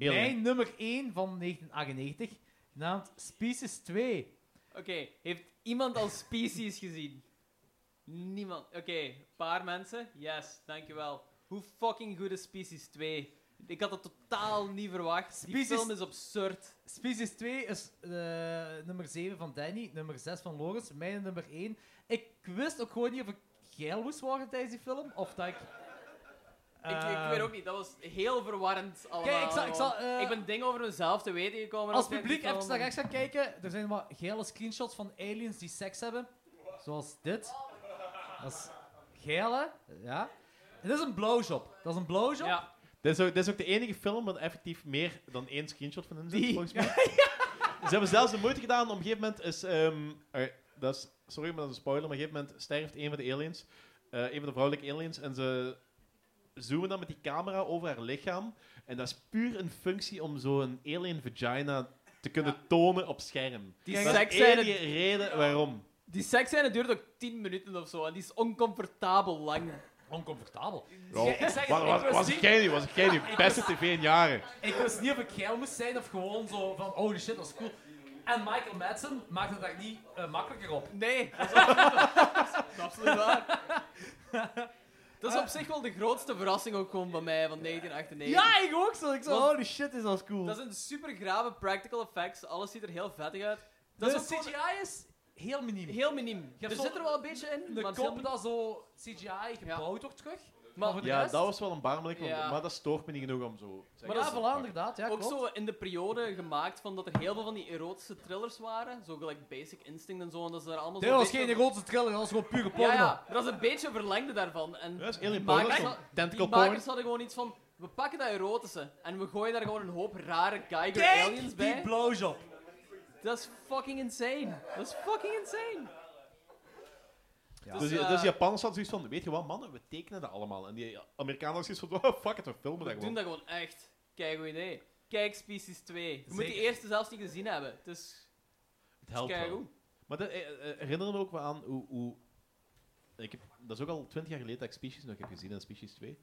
G: Alien.
F: Mijn nummer 1 van 1998, genaamd Species 2.
C: Oké, heeft iemand al Species gezien? Niemand. Oké, een paar mensen. Yes, dankjewel. Hoe fucking goed is Species 2? Ik had het totaal niet verwacht. Die
F: Species-
C: film is absurd.
F: Species 2 is eh, nummer 7 van Danny, nummer 6 van Loris, mijn nummer 1. Ik wist ook gewoon niet of ik geil moest worden tijdens die film, of dat ik...
C: ik, ik weet ook niet, dat was heel verwarrend allemaal.
F: Eh. Kijk, ik zal- ik zal, eh,
C: ik ben dingen over mezelf te weten gekomen.
F: Als
C: op tijd
F: publiek
C: die
F: even
C: film.
F: naar rechts gaat kijken, er zijn wat geile screenshots van aliens die seks hebben. Zoals dit. Dat is geil, hè? Ja. En dit is een blowjob. Dat is een blowjob.
C: Ja,
G: Dit is, ook, dit is ook de enige film dat effectief meer dan één screenshot van hem zit, volgens mij. Ze hebben zelfs de moeite gedaan. Op een gegeven moment is... ehm, er- dat is sorry, maar dat is een spoiler. Maar op een gegeven moment sterft een van de aliens. eh, een van de vrouwelijke aliens. En ze zoomen dan met die camera over haar lichaam. En dat is puur een functie om zo'n alien vagina te kunnen tonen op scherm.
C: die
F: Kijk,
G: Dat is
C: seks
G: de
C: zijn
G: enige reden waarom.
C: Die seksscène duurt ook 10 minuten of zo en die is oncomfortabel lang.
F: Oncomfortabel.
G: Was,
F: zeg het, ik
G: was,
F: was
G: was
F: niet-
G: ik jij nu? Was ik jij nu? Beste tv in jaren.
F: Ik wist niet of ik geil moest zijn of gewoon zo van, oh shit, dat is cool. En Michael Madsen maakt het daar niet eh, makkelijker op.
C: Nee, dat is absoluut, dat is absoluut waar. Dat
F: Ah.
C: is op zich wel de grootste verrassing ook gewoon bij mij van 1998.
F: Ja, ik ook zo. Ik zo,
C: Want-
F: holy shit, is dat cool.
C: Dat zijn super grave practical effects, alles ziet er heel vettig uit. Dat
F: de
C: is ook
F: CGI
C: gewoon
F: is heel miniem.
C: heel miniem.
F: Je
C: Er
F: hebt zo-
C: zit er wel een beetje in, maar
F: de
C: het is heel
F: kop dat zo CGI gebouwd wordt terug. Maar voor de
G: Ja,
F: rest...
G: dat was wel een baarmelijk moment.
C: Ja.
G: Maar dat stoort me niet genoeg om zo...
F: Maar
C: dat
F: ja,
C: is-
F: voilà, inderdaad. Ja,
C: ook
F: klopt.
C: zo eh, in de periode gemaakt van dat er heel veel van die erotische thrillers waren. Zo gelijk Basic Instinct en zo. En dat ze daar allemaal
F: Dit
C: zo'n
F: was
C: beetje-
F: geen grote thriller, dat was gewoon pure porno.
C: Ja, ja, dat is een beetje een verlengde daarvan. En
G: Ja, dat is alien
C: die
G: porno,
C: makers
G: zo'n
C: had-
G: tentacle
C: Die makers
G: porn.
C: hadden gewoon iets van... We pakken dat erotische en we gooien daar gewoon een hoop rare Geiger aliens bij.
F: blowjob.
C: Dat is fucking insane. Dat is fucking insane. Dus,
G: Dus,
C: eh,
G: dus Japaners hadden zoiets van, weet je wat mannen, we tekenen dat allemaal. En die Amerikanen hadden zoiets van, oh, fuck it, we filmen dat
C: We doen
G: gewoon.
C: dat gewoon echt. Kijk, goed idee. Kijk, Species 2. Je moet die
F: Zeker.
C: eerste zelfs niet gezien hebben. Het is
G: Het helpt
C: kijk
G: wel. Maar dat eh, eh, herinner me ook wel aan hoe... hoe ik heb, dat is ook al twintig jaar geleden dat ik Species nog heb gezien, en Species 2.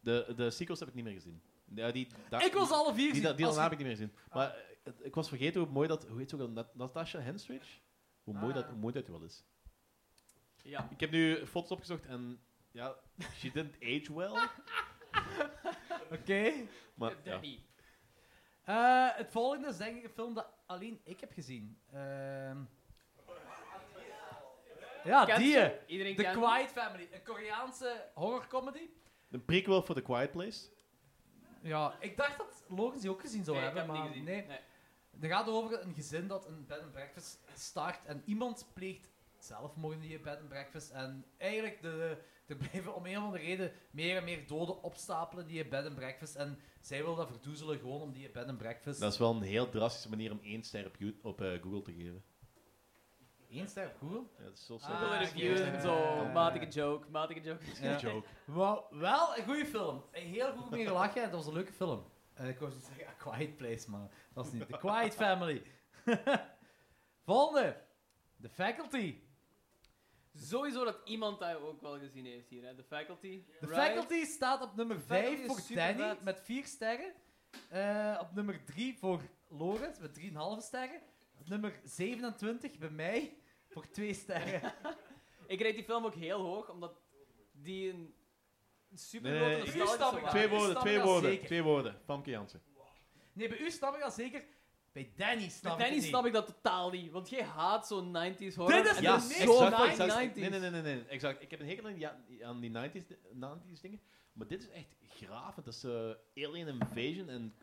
G: De, de sequels heb ik niet meer gezien. Ja, die, da-
F: Ik was alle vier
G: Die, die,
F: gezien.
G: die
F: Als
G: daarna heb
F: je-
G: ik niet meer gezien. Maar eh, het- ik was vergeten hoe mooi dat... Hoe heet ze ook al? Nat- Natasha Henstridge? Hoe mooi,
F: Ah.
G: dat, hoe mooi dat die wel is.
C: Ja.
G: Ik heb nu foto's opgezocht en... Ja, she didn't age well.
F: Oké.
G: Maar, ja.
C: Danny.
F: Eh, het volgende is denk ik een film dat alleen ik heb gezien. Ehm. Ja,
C: Kent
F: Ah, die.
C: ze? Iedereen
F: The
C: kent
F: Quiet Family. Een Koreaanse horrorcomedy.
G: Een prequel voor The Quiet Place.
F: Ja, ik dacht dat Logan die ook gezien zou
C: Nee, ik
F: hebben,
C: heb het
F: maar
C: niet gezien.
F: nee. Het gaat over een gezin dat een bed and breakfast start en iemand pleegt zelfmoord in die bed and breakfast. En eigenlijk de, er blijven om een of andere reden meer en meer doden opstapelen in die bed and breakfast. En zij wil dat verdoezelen gewoon om die bed and breakfast.
G: Dat is wel een heel drastische manier om één ster op, You- op eh, Google te geven.
F: Eén ster op Google.
G: Ja, dat is zo
F: Ah,
C: Google
F: oké.
C: reviews en zo.
F: Ja.
C: Matige joke, matige joke.
F: Ja.
G: joke.
F: Wel, wel een goede film. Een Heel goed mee gelachen. Dat was een leuke film. Eh, ik wou niet zeggen A Quiet Place, maar dat is niet. The Quiet Family. Volgende. The Faculty.
C: Sowieso dat iemand dat ook wel gezien heeft hier, hè? De faculty.
F: The
C: Right?
F: Faculty staat op nummer
C: Faculty
F: 5
C: is
F: voor
C: supervet.
F: Danny met 4 sterren. Eh, op nummer 3 voor Lorenz met 3,5 sterren. Op nummer 27 bij mij voor 2 sterren.
C: Ik reed die film ook heel hoog, omdat die een super
G: Nee,
C: grote nostalgische
G: nee,
F: hier stap ik
C: waarde
G: Twee
F: Ja,
C: heeft.
G: woorden,
F: snap
G: twee
F: ik al
G: woorden,
F: zeker.
G: twee woorden. Famke Jansen.
F: Nee, bij u snap ik dat zeker. Bij Danny snap
C: Met
F: ik het
C: Danny
F: niet.
C: snap ik dat totaal niet, want jij haat zo'n 90s horror.
F: Dit is
C: en
F: Ja,
C: dat
F: de
G: exact,
F: niks
C: zo
F: van
G: exact,
C: 90s.
G: exact. Nee, nee, nee, nee, nee, exact. Ik heb een hekel aan die, aan die 90s, di- 90s dingen. Maar dit is echt graaf. Dat is eh, Alien Invasion en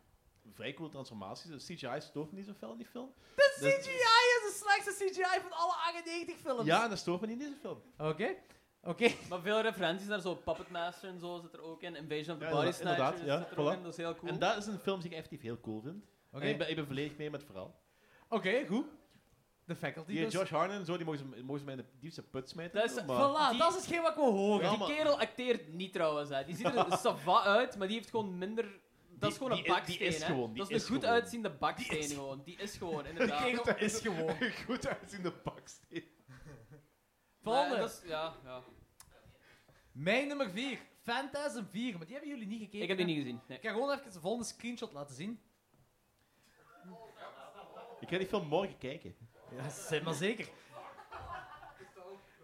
G: vrij coole transformaties. De CGI stoort me niet zo fel in die film.
F: De
G: Dat-
F: CGI is de slechtste CGI van alle 98 films.
G: Ja, en dat stoort me niet in deze film.
F: Oké. Oké.
C: Maar veel referenties naar zo Puppet Master en zo zit er ook in. Invasion of the
G: Ja,
C: Body
G: inderdaad,
C: Snatchers
G: inderdaad, ja,
C: zit er ook
G: voilà.
C: in, dat is heel cool.
G: En dat is een film die ik effectief heel cool vind.
F: Oké,
G: En ik, ben, ik ben volledig mee met het verhaal.
F: Oké, goed. De faculty
G: Die
F: dus.
G: Josh Harnon en zo, die mogen ze, mogen ze mij in de diepste put smijten.
C: Dat is-
G: maar-
F: Voilà,
C: Die-
F: dat is hetgeen wat ik wil horen.
G: Ja,
C: Die
G: maar-
C: kerel acteert niet trouwens, hè. Die ziet er sava uit, maar die heeft gewoon minder... Dat is
G: Die-
C: gewoon een
G: die is- die
C: baksteen,
G: is
C: hè.
G: gewoon, die
C: Dat is
G: is
C: een goed
G: gewoon.
C: uitziende baksteen, gewoon. Die is gewoon,
F: Die
C: inderdaad.
F: kerel is gewoon.
G: goed uitziende baksteen.
C: Maar
F: Volgende.
C: dat is- Ja, ja.
F: Mijn nummer 4. Phantasm 4, maar die hebben jullie niet gekeken.
C: Ik heb die niet gezien. Nee.
F: Ik ga gewoon even de volgende screenshot laten zien.
G: Ik ga die film morgen kijken.
F: Ja, zeg maar zeker.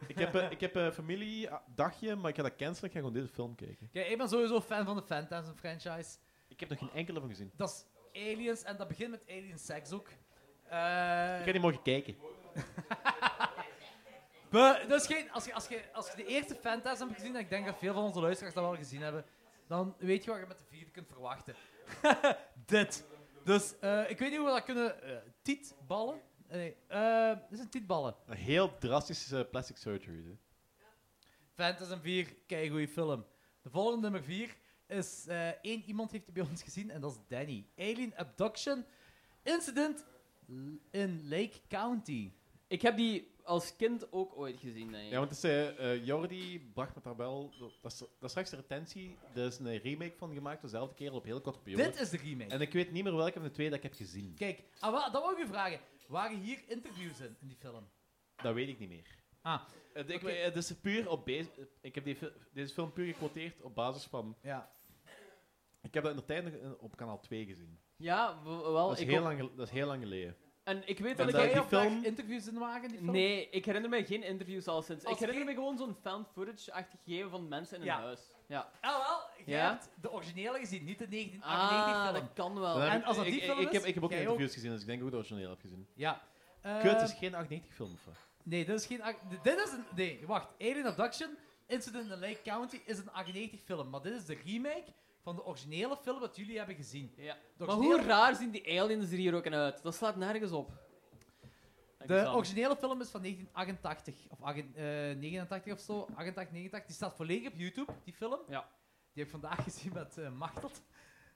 G: Ik heb, eh, ik heb een familiedagje, maar ik ga dat cancelen. Ik ga gewoon deze film kijken.
F: Kijk, ik ben sowieso fan van de Phantasm franchise.
G: Ik heb nog geen enkele van gezien.
F: Dat is Aliens en dat begint met Alien Sex ook. Eh,
G: Ik ga die morgen kijken.
F: be- dat is geen, als, je, als, je, als je de eerste Phantasm hebt gezien, en ik denk dat veel van onze luisteraars dat wel gezien hebben, dan weet je wat je met de vierde kunt verwachten. Dit. Dus eh, ik weet niet hoe we dat kunnen. eh, tietballen? Eh, Nee, eh, dit is een tietballen.
G: Een heel drastische eh, plastic surgery. hè.
F: Phantasm 4, kei goede film. De volgende nummer 4 is eh, één iemand heeft die bij ons gezien en dat is Danny. Alien Abduction Incident in Lake County.
C: Ik heb die als kind ook ooit gezien, denk ik.
G: Ja, want het is, eh, eh, Jordi bracht met haar wel... Dat is, dat is rechts de retentie. Er is een remake van gemaakt, dezelfde kerel op heel korte periode.
F: Dit is de remake.
G: En ik weet niet meer welke van de twee dat ik heb gezien.
F: Kijk, ah, wa- dat wou ik u vragen. Waren hier interviews in, in die film?
G: Dat weet ik niet meer.
F: Ah,
G: Het, ik,
F: oké.
G: het is puur op basis... Ik heb die fi- deze film puur gequoteerd op basis van...
F: Ja.
G: Ik heb dat in de tijd nog, eh, op kanaal 2 gezien.
F: Oh,
C: Ja, w- wel.
G: Dat is,
C: ik
G: heel
C: ook-
G: lang, gel- dat is heel lang geleden.
C: En ik weet dat
G: En
F: Wil
C: ik...
G: dat-
F: jij
G: die
F: ook daar
G: film-
F: interviews in wagen in die film?
C: Nee, ik herinner mij geen interviews al sinds.
F: Als
C: ik herinner
F: geen-
C: me gewoon zo'n fan footage-achtig gegeven van mensen in
F: Ja.
C: een huis. Ja.
F: Ah, wel. Jij
C: Ja?
F: hebt de originele gezien, niet de 1998
C: Ah,
F: film.
C: dat kan wel.
G: Dan heb
F: en
G: ik-
F: als dat die
G: ik,
F: film
G: ik, ik
F: is,
G: heb, ik heb ook
F: jij
G: interviews gezien, dus ik denk ook dat ik het origineel heb gezien.
F: Ja. Eh,
G: Kut, het is geen 98 film. of wat?
F: Nee, dit is geen. ac- Dit is een. Nee, wacht. Alien Abduction Incident in Lake County is een 98 film. Maar dit is de remake van de originele film dat jullie hebben gezien.
C: Ja.
F: De
C: Maar
F: originele-
C: hoe raar zien die aliens er hier ook in uit? Dat slaat nergens op. Dank je
F: De
C: wel.
F: originele film is van 1988 of 8, eh, 89 of zo. 88, 89. Die staat volledig op YouTube, die film.
C: Ja.
F: Die heb ik vandaag gezien met eh Machteld.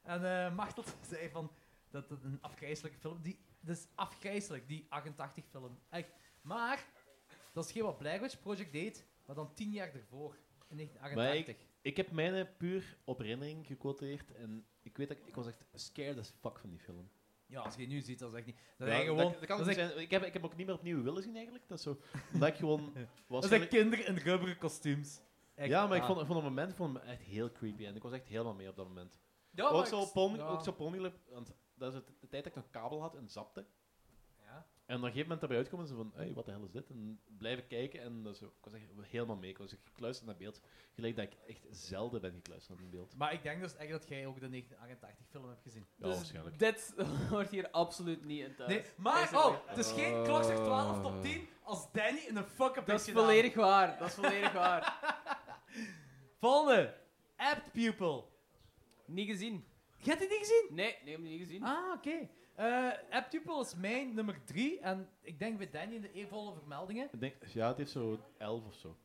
F: En eh Machteld zei van dat het een afgrijzelijke film die Dat is afgrijzelijk, die 88 film. Echt. Maar dat is geen wat Blair Project deed, maar dan 10 jaar ervoor. In
G: Maar
F: 1988.
G: ik, ik heb mijn eh, puur op herinnering gequoteerd en ik weet dat ik, ik was echt scared as fuck van die film.
F: Ja, als je die nu ziet, dan is echt niet. Dat
G: Ja,
F: zijn gewoon.
G: dat, dat kan
F: dat
G: ook
F: zijn-
G: zijn. Ik heb, ik heb ook niet meer opnieuw willen zien eigenlijk. Dat is zo. Dat ik gewoon.
F: dat zijn
G: waarschijnlijk-
F: kinderen in rubberen kostuums. Echt,
G: ja, maar ik
F: ah.
G: vond, ik vond op het moment ik vond hem echt heel creepy en ik was echt helemaal mee op dat moment.
F: Ja, maar
G: ook
F: ik-
G: zo Pony,
F: ja.
G: ook zo Pony want dat is het- de tijd dat ik nog kabel had en zapte.
F: Ja.
G: En op een gegeven moment daarbij uitkomen ze van, hey, wat de hel is dit? En blijven kijken en dat is zo, ik was echt helemaal mee. Ik was echt gekluisterd naar beeld. Gelijk dat ik echt zelden ben gekluisterd naar een beeld.
F: Maar ik denk dus echt dat jij ook de 1988 film hebt gezien.
G: Ja,
C: Dus
G: waarschijnlijk.
C: Dit hoort hier absoluut niet in thuis.
F: Nee, maar
C: Deze-
F: oh, het Eh, is geen klokslag 12 tot 10 als Danny in een fuck-up
G: dus
C: Dat is volledig waar. Dat is volledig waar.
F: Volgende, Apt Pupil.
C: Niet gezien.
F: Je hebt die niet gezien?
C: Nee, nee, ik heb die niet gezien.
F: Ah, oké. Eh, Apt Pupil is mijn nummer 3 en ik denk bij Danny in de eervolle vermeldingen.
G: Ik denk, ja, het heeft zo 11 of zo. Ik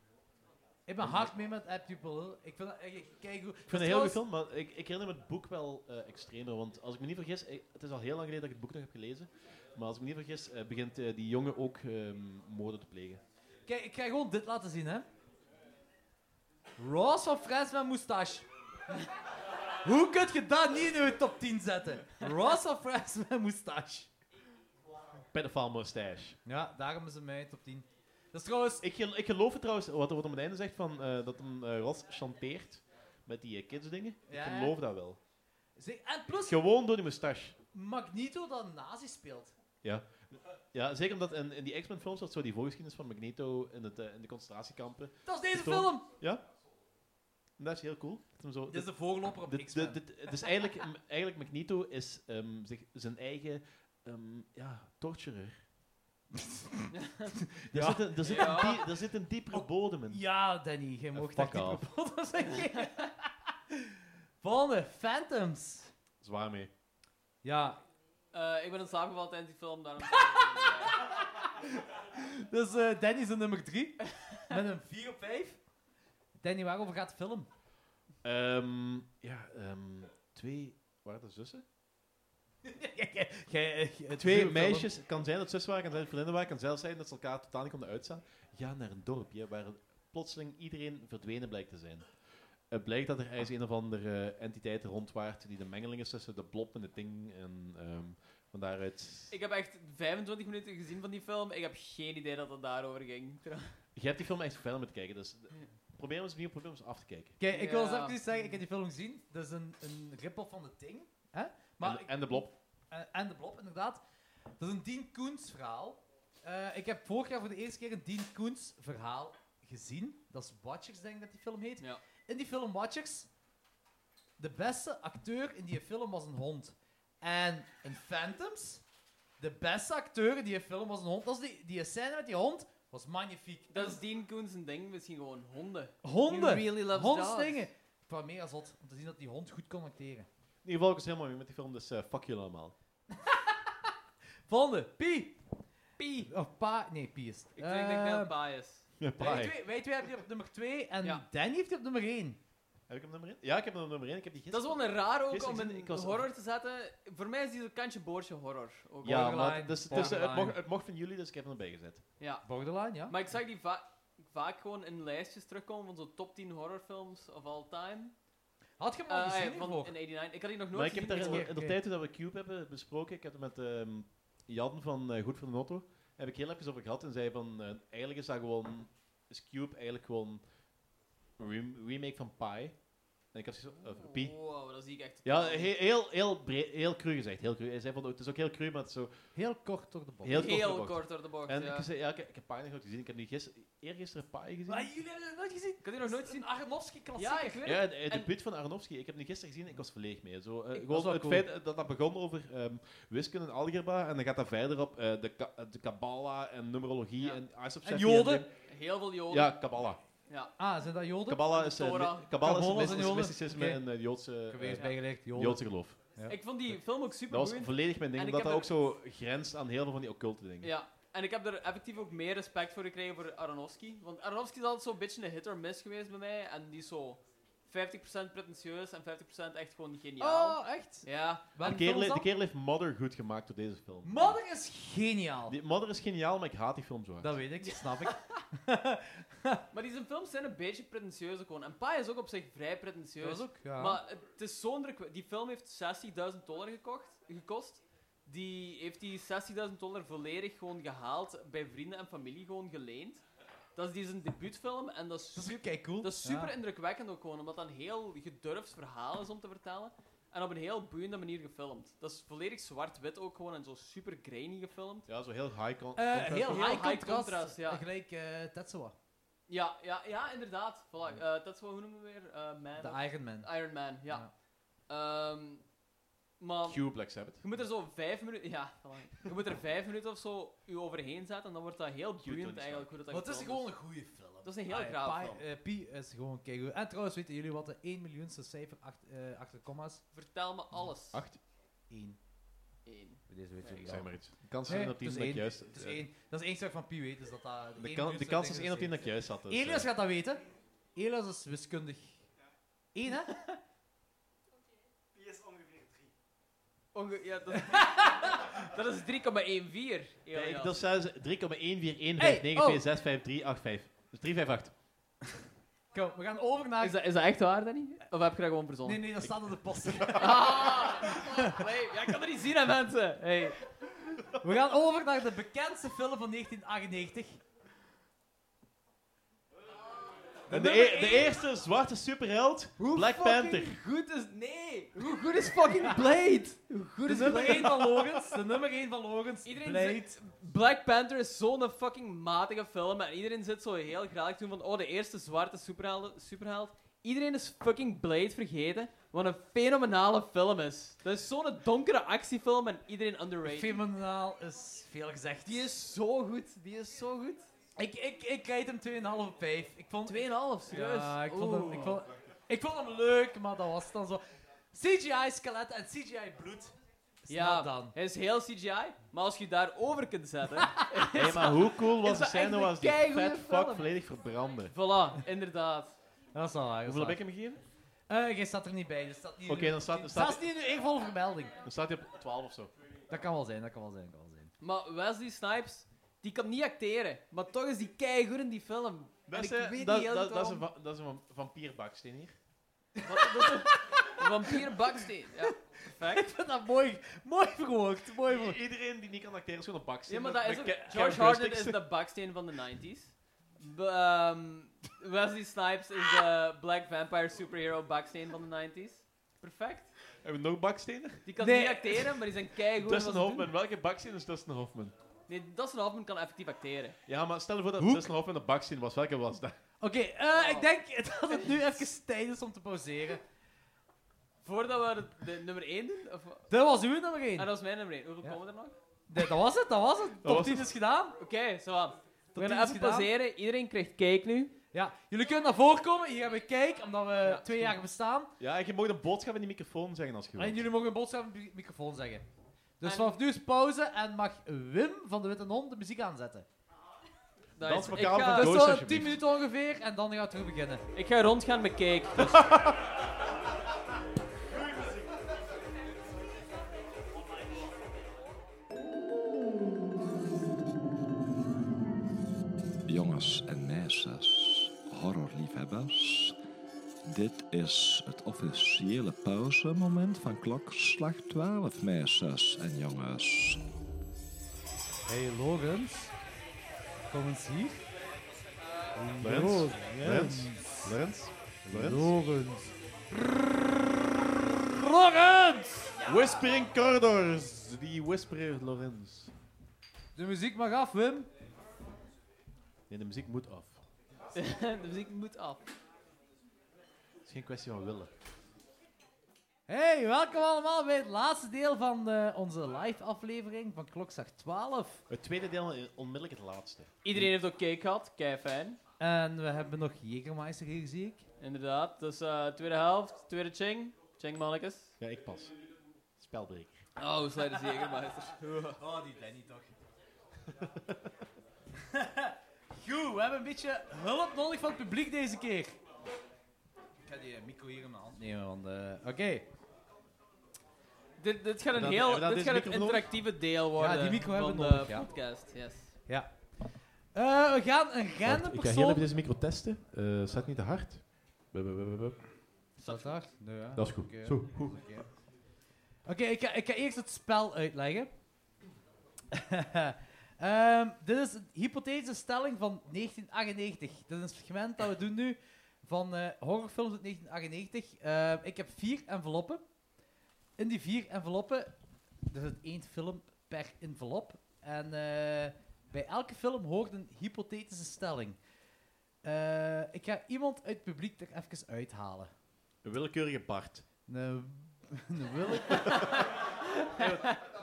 F: Ik ben hard mee met Apt Pupil. hoor. Ik vind dat echt kijk goed.
G: vind het een heel goed film, maar ik, ik herinner me het boek wel eh, extremer. Want als ik me niet vergis, ik- het is al heel lang geleden dat ik het boek nog heb gelezen. Maar als ik me niet vergis, eh, begint eh, die jongen ook ehm moorden te plegen.
F: Kijk, ik ga gewoon dit laten zien, hè. Ross van Friends met moustache. Hoe kun je dat niet in je top 10 zetten? Ross van Friends met moustache.
G: Pedophile mustache.
F: Ja, daarom is het mij top 10. Dat is trouwens...
G: Ik, gel- ik geloof het trouwens, wat er wordt om het einde zegt, van, eh, dat hem eh, Ros chanteert met die eh, kidsdingen.
F: Ja,
G: Ik
F: ja.
G: geloof dat wel.
F: Zeg, En plus,
G: Gewoon door die moustache.
F: Magneto dat een nazi speelt.
G: Ja, zeker omdat in, in die X-Men films dat zo die voorgeschiedenis van Magneto in, het, eh, in de concentratiekampen.
F: Dat is deze
G: Vertoon.
F: film!
G: En dat is heel cool. Dat hem zo,
F: Dit is de voorloper op
G: Dit- dit-
F: X-Men.
G: dit- dus eigenlijk, m- eigenlijk Magneto is ehm, zich, zijn eigen ehm, ja, torturer. Er
F: Ja.
G: zit een- er zit een die- er zit een diepere bodem in.
F: Ja, Danny, jij mocht echt
G: fuck
F: niet kapot zeggen. Volgende, Phantoms.
G: Zwaar mee.
F: Ja,
C: Eh, ik ben in slaap gevallen tijdens die film, daarom...
F: dus eh, Danny is een nummer 3. met een 4 op 5. Danny, waarover gaat de film?
G: Ehm, ja, ehm, twee... Waren dat zussen?
F: eh,
G: Twee meisjes, het kan zijn dat zussen waren, kan zijn dat vriendinnen waren, kan zelfs zijn dat ze elkaar totaal niet konden uitstaan. Gaan naar een dorpje waar plotseling iedereen verdwenen blijkt te zijn. Het blijkt dat er ergens een of andere eh, entiteit rondwaart die de mengeling is tussen de blob en de ting. En ehm, van daaruit...
C: ik heb echt 25 minuten gezien van die film. Ik heb geen idee dat het daarover ging.
G: Je hebt die film echt verder moeten kijken, dus Probeer eens opnieuw proberen eens af te kijken.
F: Kijk, ik wil
C: Ja.
F: zelf iets zeggen, ik heb die film gezien. Dat is een, een rip-off van de Ting. Hè? Maar
G: en, de, en de blob.
F: Eh, en de Blob, inderdaad. Dat is een Dean Koens verhaal. Eh, ik heb vorig jaar voor de eerste keer een Dean Koens verhaal gezien. Dat is Watchers, denk ik dat die film heet.
C: Ja.
F: In die film Watchers, de beste acteur in die film was een hond. En in Phantoms, de beste acteur in die film was een hond. Dat is die, die scène met die hond was magnifiek.
C: Dat is Dean Koens een ding, misschien gewoon honden.
F: honden.
C: He really loves
F: Hondstingen. Ik was mega zot om te zien dat die hond goed kon acteren.
G: In ieder geval, ik was helemaal mee met die film, dus eh, fuck jullie allemaal.
F: Volgende, Pi.
C: Pie.
F: Of Pa, nee, Pi is het.
C: Ik denk dat ik
F: Ehm,
G: Eh,
C: dat bias. is.
F: Wij
G: Bye.
F: twee, wij twee hebben die op nummer 2 en
C: Ja.
F: Danny heeft die op nummer 1.
G: Heb ik hem nummer 1? Ja, ik heb hem nummer 1. Ik heb die
C: Dat is
G: gisteren...
C: wel een raar ook
G: Gisteren
C: om
G: zit-
C: een
G: ik was-
C: horror te zetten. Voor mij is die een kantje boordje horror. Ook
G: ja,
C: wel.
G: maar dus, dus, eh, het,
F: borderline.
G: mocht, het mocht van jullie, dus ik heb hem erbij gezet.
C: ja.
F: Borderline, ja.
C: Maar ik zag die va- vaak gewoon in lijstjes terugkomen van zo'n top 10 horrorfilms of all time.
F: Had je hem al
C: Eh,
F: gezien
C: van
F: hiervoor?
C: in 91. Ik had die nog nooit
G: maar ik heb daar
C: gezien.
G: in,
F: keer,
G: de- in de
F: oké.
G: tijd toen dat we Cube hebben besproken, ik heb het met ehm, Jan van eh, Goed voor de Notto, heb ik heel even over gehad en zei van, eh, eigenlijk is dat gewoon, is Cube eigenlijk gewoon een rem- remake van Pi. En ik had zoiets van, of Pi.
C: Wow, dat zie ik echt.
G: Oh, Ja, he- heel, heel, breed, heel cru gezegd, heel cru. Hij zei van, het is ook heel cru, maar het is zo
F: Heel kort door de bocht.
G: heel,
C: heel
G: kort.
C: kort door de bocht.
G: En
C: ja.
G: ik zei, ja, ik, ik heb Pi nog nooit gezien. Ik heb nu gisteren, eergisteren Pi gezien.
F: Maar Ah, jullie hebben dat nooit gezien?
C: Ik had die nog nooit gezien. Ah,
F: Arnofsky
C: Ja, ik weet
G: Ja,
C: het.
G: het het
C: en-
G: debuut van Aronofsky. Ik heb hem gisteren gezien, ik was verleeg mee. Zo, eh,
F: Ik-
G: gewoon
F: dat is wel
G: het
F: cool.
G: feit dat dat begon over ehm, wiskunde en algebra, en dan gaat dat verder op eh, de, ka- de Kabbala en numerologie
C: Ja.
G: en Ice of
F: En
G: Safety
F: Joden?
C: Heel veel joden.
G: Ja, Kabbala.
F: Ah, zijn dat Joden?
G: Kabbala is, eh,
C: Torah.
G: mi- Kabbala is
F: Kabbalah
G: mis-
F: zijn
G: is
F: Joden.
G: mysticisme
F: Oké.
G: en eh, Joodse, eh,
F: Geweest, bijgelegd, Joden.
G: Joodse geloof.
F: Ja.
C: Ik vond die film ook super
G: Dat was
C: boeiend.
G: volledig mijn ding,
C: En ik
G: omdat dat ook
C: heb
G: zo grenst aan heel veel van die occulte dingen.
C: Ja. En ik heb er effectief ook meer respect voor gekregen voor Aronofsky. Want Aronofsky is altijd zo'n beetje een hit or miss geweest bij mij. En die is zo 50% pretentieus en 50% echt gewoon geniaal.
F: Oh, echt?
C: Ja.
F: Welke
G: De Ah, kerel,
F: film is
G: he- de
F: dat?
G: kerel heeft Mother goed gemaakt door deze film.
F: Mother is geniaal.
G: Die, Mother is geniaal, maar ik haat die film zo hard.
F: Dat weet ik, dat snap ik.
C: Maar die zijn films zijn een beetje pretentieus ook gewoon. En Pi is ook op zich vrij pretentieus.
F: ook, ja.
C: Maar het is zo'n druk. Die film heeft 60.000 dollar gekocht, gekost. Die heeft die 60.000 dollar volledig gewoon gehaald, bij vrienden en familie gewoon geleend. Dat is die zijn debuutfilm en dat is
F: dat
C: super,
F: is kijk cool.
C: dat is super indrukwekkend ook gewoon, omdat dat een heel gedurfd verhaal is om te vertellen. En op een heel boeiende manier gefilmd. Dat is volledig zwart-wit ook gewoon en zo super grainy gefilmd.
G: Ja, zo heel high con-
F: heel
G: contrast.
C: Eh, Heel
F: high
C: high
F: contrast.
C: contrast, ja.
F: Gelijk eh Tetsuwa,
C: Ja, ja, ja, inderdaad. Voilà, eh, dat is wel, hoe noemen we weer? Eh, Man
F: de
C: of-
F: Iron Man.
C: Iron Man, ja. Ehm, maar
G: Cue Black Sabbath.
C: je moet er zo vijf minuten... Ja, voilà. je moet er vijf minuten of zo je overheen zetten en dan wordt dat heel boeiend
G: Tony
C: eigenlijk. Hoe dat dat
F: Want het is
C: gefilmd
F: gewoon een goede film.
C: Dat is een heel graaf film.
F: Pi is gewoon keigoed. En trouwens, weten jullie wat de 1 miljoenste cijfer ach- eh, achter comma's?
C: Vertel me alles.
G: Acht.
F: 1.
C: Eén.
E: Deze weet
C: Nee,
E: je
G: Ik
E: wel.
G: zeg maar iets. De kans is
F: Nee,
G: 1 op 10
F: het
G: dat
F: is
G: ik
F: één.
G: juist...
F: Het is
G: eh,
F: één. Dat is één stuk van Pi weet, dus dat dat...
G: De, kan, de kans is 1 op 10 dat ik juist had. Dus, eh,
F: Elias gaat dat weten. Elias is wiskundig. Eén, hè?
C: Onge- ja, dat is, dat is 3,14.
G: nee, ik-
C: Elias.
G: dat zijn ze 3,1415956538. Dus 358.
F: Kom, we gaan over naar...
C: is, dat, is dat echt waar, Danny? Of heb je dat gewoon verzonnen?
F: Nee, nee, dat staat op de post.
C: Ah! Nee, ja, ik kan dat niet zien, hè, mensen. Hey.
F: We gaan over naar de bekendste film van 1998.
G: En de,
F: nummer
G: e- de
F: één.
G: eerste zwarte superheld, Black
C: oh! fucking
G: Panther.
C: goed is... Nee! Hoe goed is fucking Blade? Hoe goed
F: De
C: is
F: nummer
C: Blade?
F: 1 van Logans. De nummer 1 van Logans.
C: Iedereen
F: Blade.
C: zit- Black Panther is zo'n fucking matige film. En iedereen zit zo heel graag toen van... Oh, de eerste zwarte superheld. superheld. Iedereen is fucking Blade vergeten. Wat een fenomenale film is. Dat is zo'n donkere actiefilm en iedereen underrated.
F: Fenomenaal is veel gezegd.
C: Die is zo goed. Die is zo goed. 2,5,
F: Ik, ik, ik rijd hem 2,5 op 5. Ik vond...
C: serieus.
F: Ja, ik vond, hem,
C: Oeh.
F: ik, vond, ik vond hem leuk, maar dat was dan zo... CGI-skelet en CGI-bloed.
C: Ja,
F: Ja. dan.
C: hij is heel CGI. Maar als je daarover kunt zetten...
G: Hey, maar hoe cool was
C: is
G: de
C: dat echt
G: scène
C: een
G: was die
C: keigoede
G: fat fuck
C: film.
G: volledig verbranden.
C: voilà, inderdaad.
F: Dat is wel waar. dat is
G: Hoeveel
F: waar.
G: heb ik hem gegeven?
F: Eh, jij staat er niet bij. Dus staat niet in
G: Oké,
F: uw-
G: dan staat- dan staat-
F: Zelfs niet in uw eervolle vermelding.
G: Dan staat hij op 12 of zo.
F: Dat kan wel zijn, dat kan wel zijn, dat kan wel zijn.
C: Maar Wesley Snipes, die kan niet acteren. Maar toch is die keigoed in die film.
G: Dat is,
C: en ik
G: eh,
C: weet
G: dat,
C: niet heel
G: dat,
C: goed
G: dat is een,
C: waarom.
G: va- dat is een va- vampierbaksteen hier.
C: Wat- dat is een Vampier Baksteen. Ja.
F: Ik vind dat mooi, mooi verwoord. Mooi verwoord.
G: I- Iedereen die niet kan acteren is gewoon een baksteen.
C: ja, maar dat is ook...
G: Met ca-
C: George Harden
G: characteristics.
C: is de Baksteen van de 90s. B- ehm, Wesley Snipes is de black vampire superhero baksteen van de 90s. Perfect.
G: Hebben we nog bakstenen?
C: Die kan
F: Nee.
C: niet acteren, maar die zijn keigoed. in
G: Dustin
C: wat ze
G: Hoffman. Welke baksteen is Dustin Hoffman?
C: doen. Nee, Dustin Hoffman kan effectief acteren.
G: Ja, maar stel je voor dat
F: Hoek.
G: Dustin Hoffman een baksteen was. Welke was dat?
F: Oké, eh, ik denk dat het nu even tijd is om te pauzeren.
C: Voordat we de, de nummer 1 doen, of, ah,
F: Dat was uw nummer 1.
C: dat was mijn nummer 1. Hoeveel
F: Ja.
C: komen er nog?
F: dat was het, dat was het. Top
G: was
F: 10
G: het.
F: is gedaan.
C: Oké, zo aan. We
F: tien
C: gaan
F: is
C: even
F: gedaan.
C: pauzeren. Iedereen krijgt kijk nu.
F: Ja, jullie kunnen naar voren komen. Hier hebben we kijk, omdat we twee jaar bestaan.
G: Ja, en je mag een boodschap in die microfoon zeggen als je
F: En
G: wilt.
F: jullie mogen een boodschap op de microfoon zeggen. Dus
C: En-
F: vanaf nu is pauze en mag Wim van de Witte Non de muziek aanzetten.
C: Dat
G: Dans
C: is-
G: voor
C: ik,
G: Karel
C: ga,
G: van
F: Dat is
G: Doos,
F: zo
G: alsjeblieft.
F: 10 minuten ongeveer en dan gaat het weer beginnen.
C: ik ga rondgaan met kijk. Dus.
H: Jongens en meisjes, horrorliefhebbers. Dit is het officiële pauzemoment van klokslag 12, meisjes en jongens.
F: Hey Logans, kom eens hier.
G: Lorenz. Lorenz. Lorenz. Lorenz.
F: Logans. Logans!
G: Whispering Corridors. Die whisperen Lorenz.
F: De muziek mag af, Wim.
G: Nee, de muziek moet af.
C: de muziek moet af.
G: Het is geen kwestie van willen.
F: Hey, welkom allemaal bij het laatste deel van eh, onze live aflevering van Klokslag 12.
G: Het tweede deel is onmiddellijk het laatste.
C: Iedereen heeft ook kijk gehad. Kei fijn.
F: En we hebben nog Jägermeister hier, zie ik.
C: Inderdaad. Dus eh, tweede helft, tweede ching. Ching mannekes.
G: Ja, ik pas. Spelbreker.
C: Oh, slechte zekermeister.
F: Oh, die Danny toch. Goed, we hebben een beetje hulp nodig van het publiek deze keer. Ik ga die eh, micro hier in mijn hand nemen, want... eh, Oké.
C: Dit, dit gaat een
G: Hebben we
C: heel dit
G: dat- hebben we dat
C: gaat
G: deze
C: het
G: microfoon nodig?
C: interactieve deel worden
F: Ja, die micro
C: van
F: hebben we
C: de
F: nodig, ja.
C: podcast. Yes.
F: Ja. Eh, we gaan een random
G: ik ga heel
F: persoon...
G: even deze micro testen. Eh staat niet te hard. Bup, bup, bup, bup.
F: Staat daar? Nee, ja.
G: Dat is goed.
F: Oké.
G: Zo, goed.
F: Oké, ik, ga, ik ga eerst het spel uitleggen. Ehm, dit is een hypothetische stelling van 1998. Dit is een segment dat we doen nu van eh, horrorfilms uit 1998. Ehm, ik heb vier enveloppen. In die vier enveloppen, er zit één film per envelop. En eh, bij elke film hoort een hypothetische stelling. Eh, ik ga iemand uit het publiek er even uithalen. Nou,
G: Een willekeurige Bart.
F: Een, een willeke-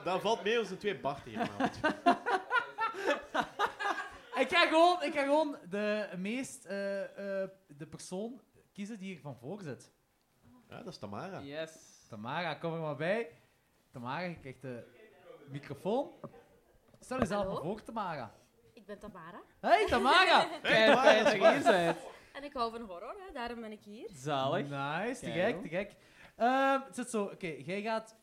G: Daar valt mee als de twee Bart hier vanavond.
F: Ik ga gewoon, ik ga gewoon de meest eh, eh, de persoon kiezen die hier van voor zit.
G: Ja, dat is Tamara.
C: Yes.
F: Tamara, kom er maar bij. Tamara, je krijgt de microfoon. Stel jezelf maar
I: Hallo?
F: voor, Tamara.
I: Ik ben Tamara
F: Hey, Tamara!
C: Kei fijn dat je hier bent.
I: en ik hou van horror, hè. daarom ben ik hier.
C: Zalig.
F: Nice, te
C: Kijk,
F: gek, te gek. Ehm, het zit zo, oké, jij gaat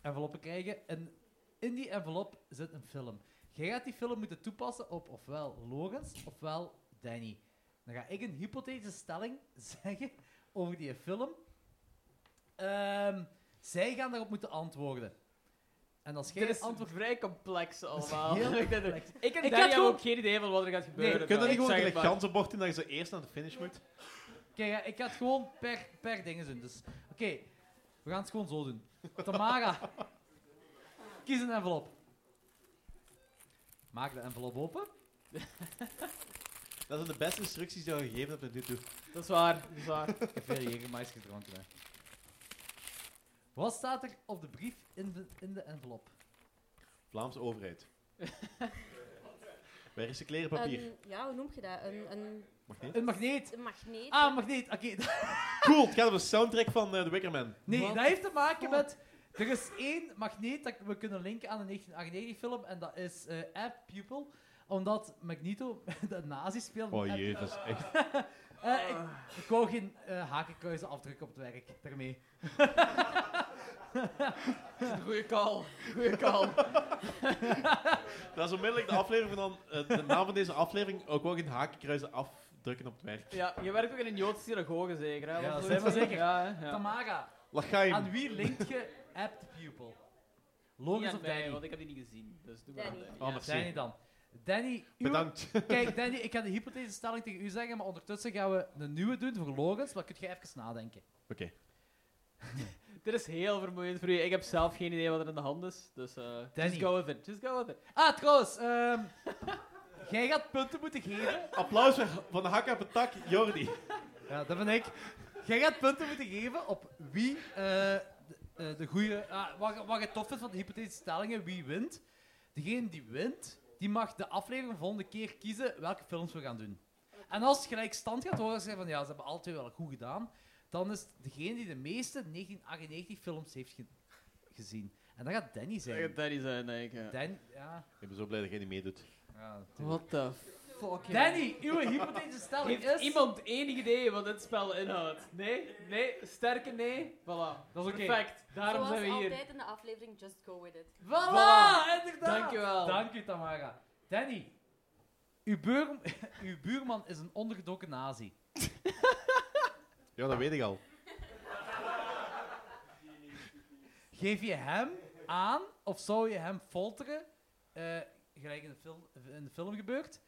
F: enveloppen krijgen en in die envelop zit een film. Jij gaat die film moeten toepassen op ofwel Logans ofwel Danny. Dan ga ik een hypothetische stelling zeggen over die film. Ehm, zij gaan daarop moeten antwoorden. En als jij
C: Dit is
F: antwoord...
C: vrij complex
F: is
C: allemaal.
F: heel
C: Ik denk- ik en
F: had
C: Danny hebben
F: gewoon-
C: ook geen idee van wat er gaat gebeuren.
G: Kun je dat
C: Ik
G: niet gewoon
C: zeg
G: een
C: het maar.
G: ganzenbord doen dat je zo eerst naar de finish moet?
F: Kijk, ja, ik ga het gewoon per, per dingen doen. Dus, oké, we gaan het gewoon zo doen. Tamara, kies een envelop. Maak de envelop open.
G: Dat zijn de beste instructies die je al gegeven hebt tot nu toe.
C: Dat is waar. Dat is waar.
F: Ik heb veel jegermais gedronken. Hè. Wat staat er op de brief in de, in de envelop?
G: Vlaamse overheid. Wij recycleren papier.
F: Ehm,
I: Een, ja, hoe noem je dat? Een, een,
G: Mag niet?
F: Een magneet.
I: een magneet.
F: Ah, een magneet. Oké,
G: Cool, het gaat om de soundtrack van eh The Wicker Man.
F: nee,
C: Wat?
F: dat heeft te maken met... Er is één magneet dat we kunnen linken aan een 1998-film en dat is eh App Pupil. Omdat Magneto de nazi speelde.
G: Oh
F: en-
G: jee, dat is echt...
F: Eh, ik, ik wou geen eh, hakenkruisen afdrukken op het werk, daarmee.
C: Goeie call. Goeie call.
G: Dat is onmiddellijk de aflevering van... eh, de naam van deze aflevering ook wel geen hakenkruisen afdrukken op het werk.
C: Ja, je werkt ook in een Joodse synagoge zeker. Hè?
F: Ja,
C: Wat
F: dat
C: zoiets?
F: zijn we zeker.
C: Ja, hè, ja.
F: Tamara, aan
G: Lachaim.
F: wie linkt je app de pupil?
C: Niet
F: Logisch
C: aan
F: of
C: mij,
F: Danny?
C: want ik heb die niet gezien. Dus doe maar aan
I: Danny.
C: Danny.
G: Oh,
C: Ja.
G: merci.
F: Danny dan. Danny, uw-
G: Bedankt.
F: kijk, Danny, ik ga de hypothese stelling tegen u zeggen, maar ondertussen gaan we een nieuwe doen voor Logans. Maar kun je even nadenken?
G: Oké.
C: Dit is heel vermoeiend voor u. Ik heb zelf geen idee wat er in de hand is. Dus eh just
F: Danny.
C: go with it. Just go with it.
F: Ah, trouwens, ehm, jij gaat punten moeten geven.
G: Applaus voor- van de hak op het tak, Jordi.
F: Ja, dat ben ik. Jij gaat punten moeten geven op wie eh, de, eh, de goede. ah, wat, je- wat je tof vindt van de hypothetische stellingen, wie wint. Degene die wint, die mag de aflevering volgende keer kiezen welke films we gaan doen. En als het gelijk stand gaat horen, zeggen van ja, ze hebben alle twee wel goed gedaan. Dan is het degene die de meeste 1998 films heeft ge- gezien. En dat gaat Danny
C: Ik ga
F: zijn.
C: Danny zijn, denk ik. eh. ja.
F: Dan, ja.
G: Ik ben zo blij dat jij niet meedoet.
F: ja
C: What the fuck, joh.
F: Danny, uw hypothetische stelling
C: Heeft
F: is.
C: iemand enig idee wat dit spel inhoudt? Nee? Nee? Sterke nee? Voilà.
F: Dat is oké.
C: Perfect. Daarom
I: Zoals
C: zijn we hier.
I: altijd in de aflevering, just go with it.
F: Voilà,
C: Voilà.
F: inderdaad.
C: Dankjewel.
F: Dank u, Tamara. Danny, uw, buur- uw buurman is een ondergedoken nazi.
G: Ja, dat weet ik al.
F: Geef je hem aan of zou je hem folteren, eh, gelijk in de, film, in de film gebeurt,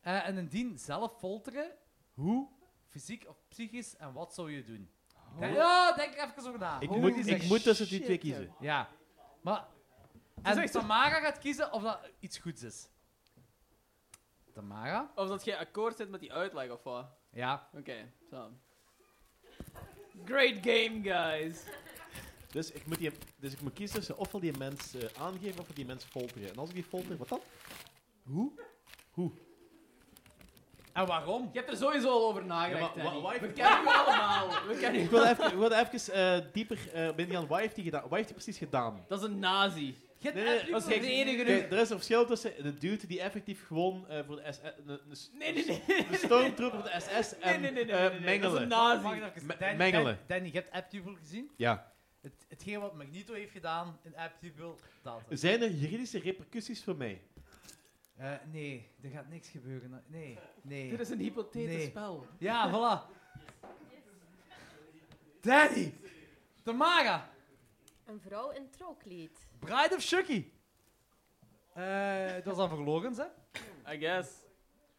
F: Eh, en indien zelf folteren, hoe, fysiek of psychisch, en wat zou je doen? Denk- ja, denk er even over na.
G: Ik,
F: Holy
G: moet, ik
F: shit.
G: moet tussen die twee kiezen.
F: Ja, maar... En Tamara gaat kiezen of dat iets goeds is. Tamara?
C: Of dat jij akkoord zit met die uitleg of wat?
F: Ja.
C: Oké, zo. Great game, guys.
G: Dus ik, moet die, dus ik moet kiezen tussen ofwel die mens eh, aangeven ofwel die mens folteren. En als ik die folter, wat dan?
F: En waarom?
C: Je hebt er sowieso al over nagedacht,
G: Ja, maar wa-
C: Danny.
G: wa-
C: We kennen je allemaal. We kennen
G: Ik
C: je.
G: wil even, ik wil even eh, dieper eh binnen gaan. Wat heeft hij gedaan? Wat heeft hij precies gedaan?
C: Dat is een nazi.
F: Je
G: Nee, nee,
F: hebt
C: Dat is geen enige
G: Kijk, er is een verschil tussen de dude die effectief gewoon eh, voor de SS... een- een-
C: Nee, nee, nee.
G: De stormtrooper van de SS
C: Nee,
G: en
C: nee, nee, nee, nee,
G: eh,
C: nee. Dat is
G: mengelen.
C: een nazi.
F: Mag ik even-
G: Me-
F: Danny,
G: mengelen.
F: Dan- Danny, je hebt Aptuvel gezien?
G: Ja.
F: Het, hetgeen wat Magneto heeft gedaan in Aptuvel, dat.
G: Zijn er juridische repercussies voor mij?
F: Eh, nee, er gaat niks gebeuren. Nee, nee.
C: Dit is een hypothetisch
F: Nee.
C: spel.
F: Ja, voilà. Danny! Tamara!
I: Een vrouw in trouwkleed.
F: Bride of Chucky! Eh, dat is dan voor Logans, hè?
C: I guess.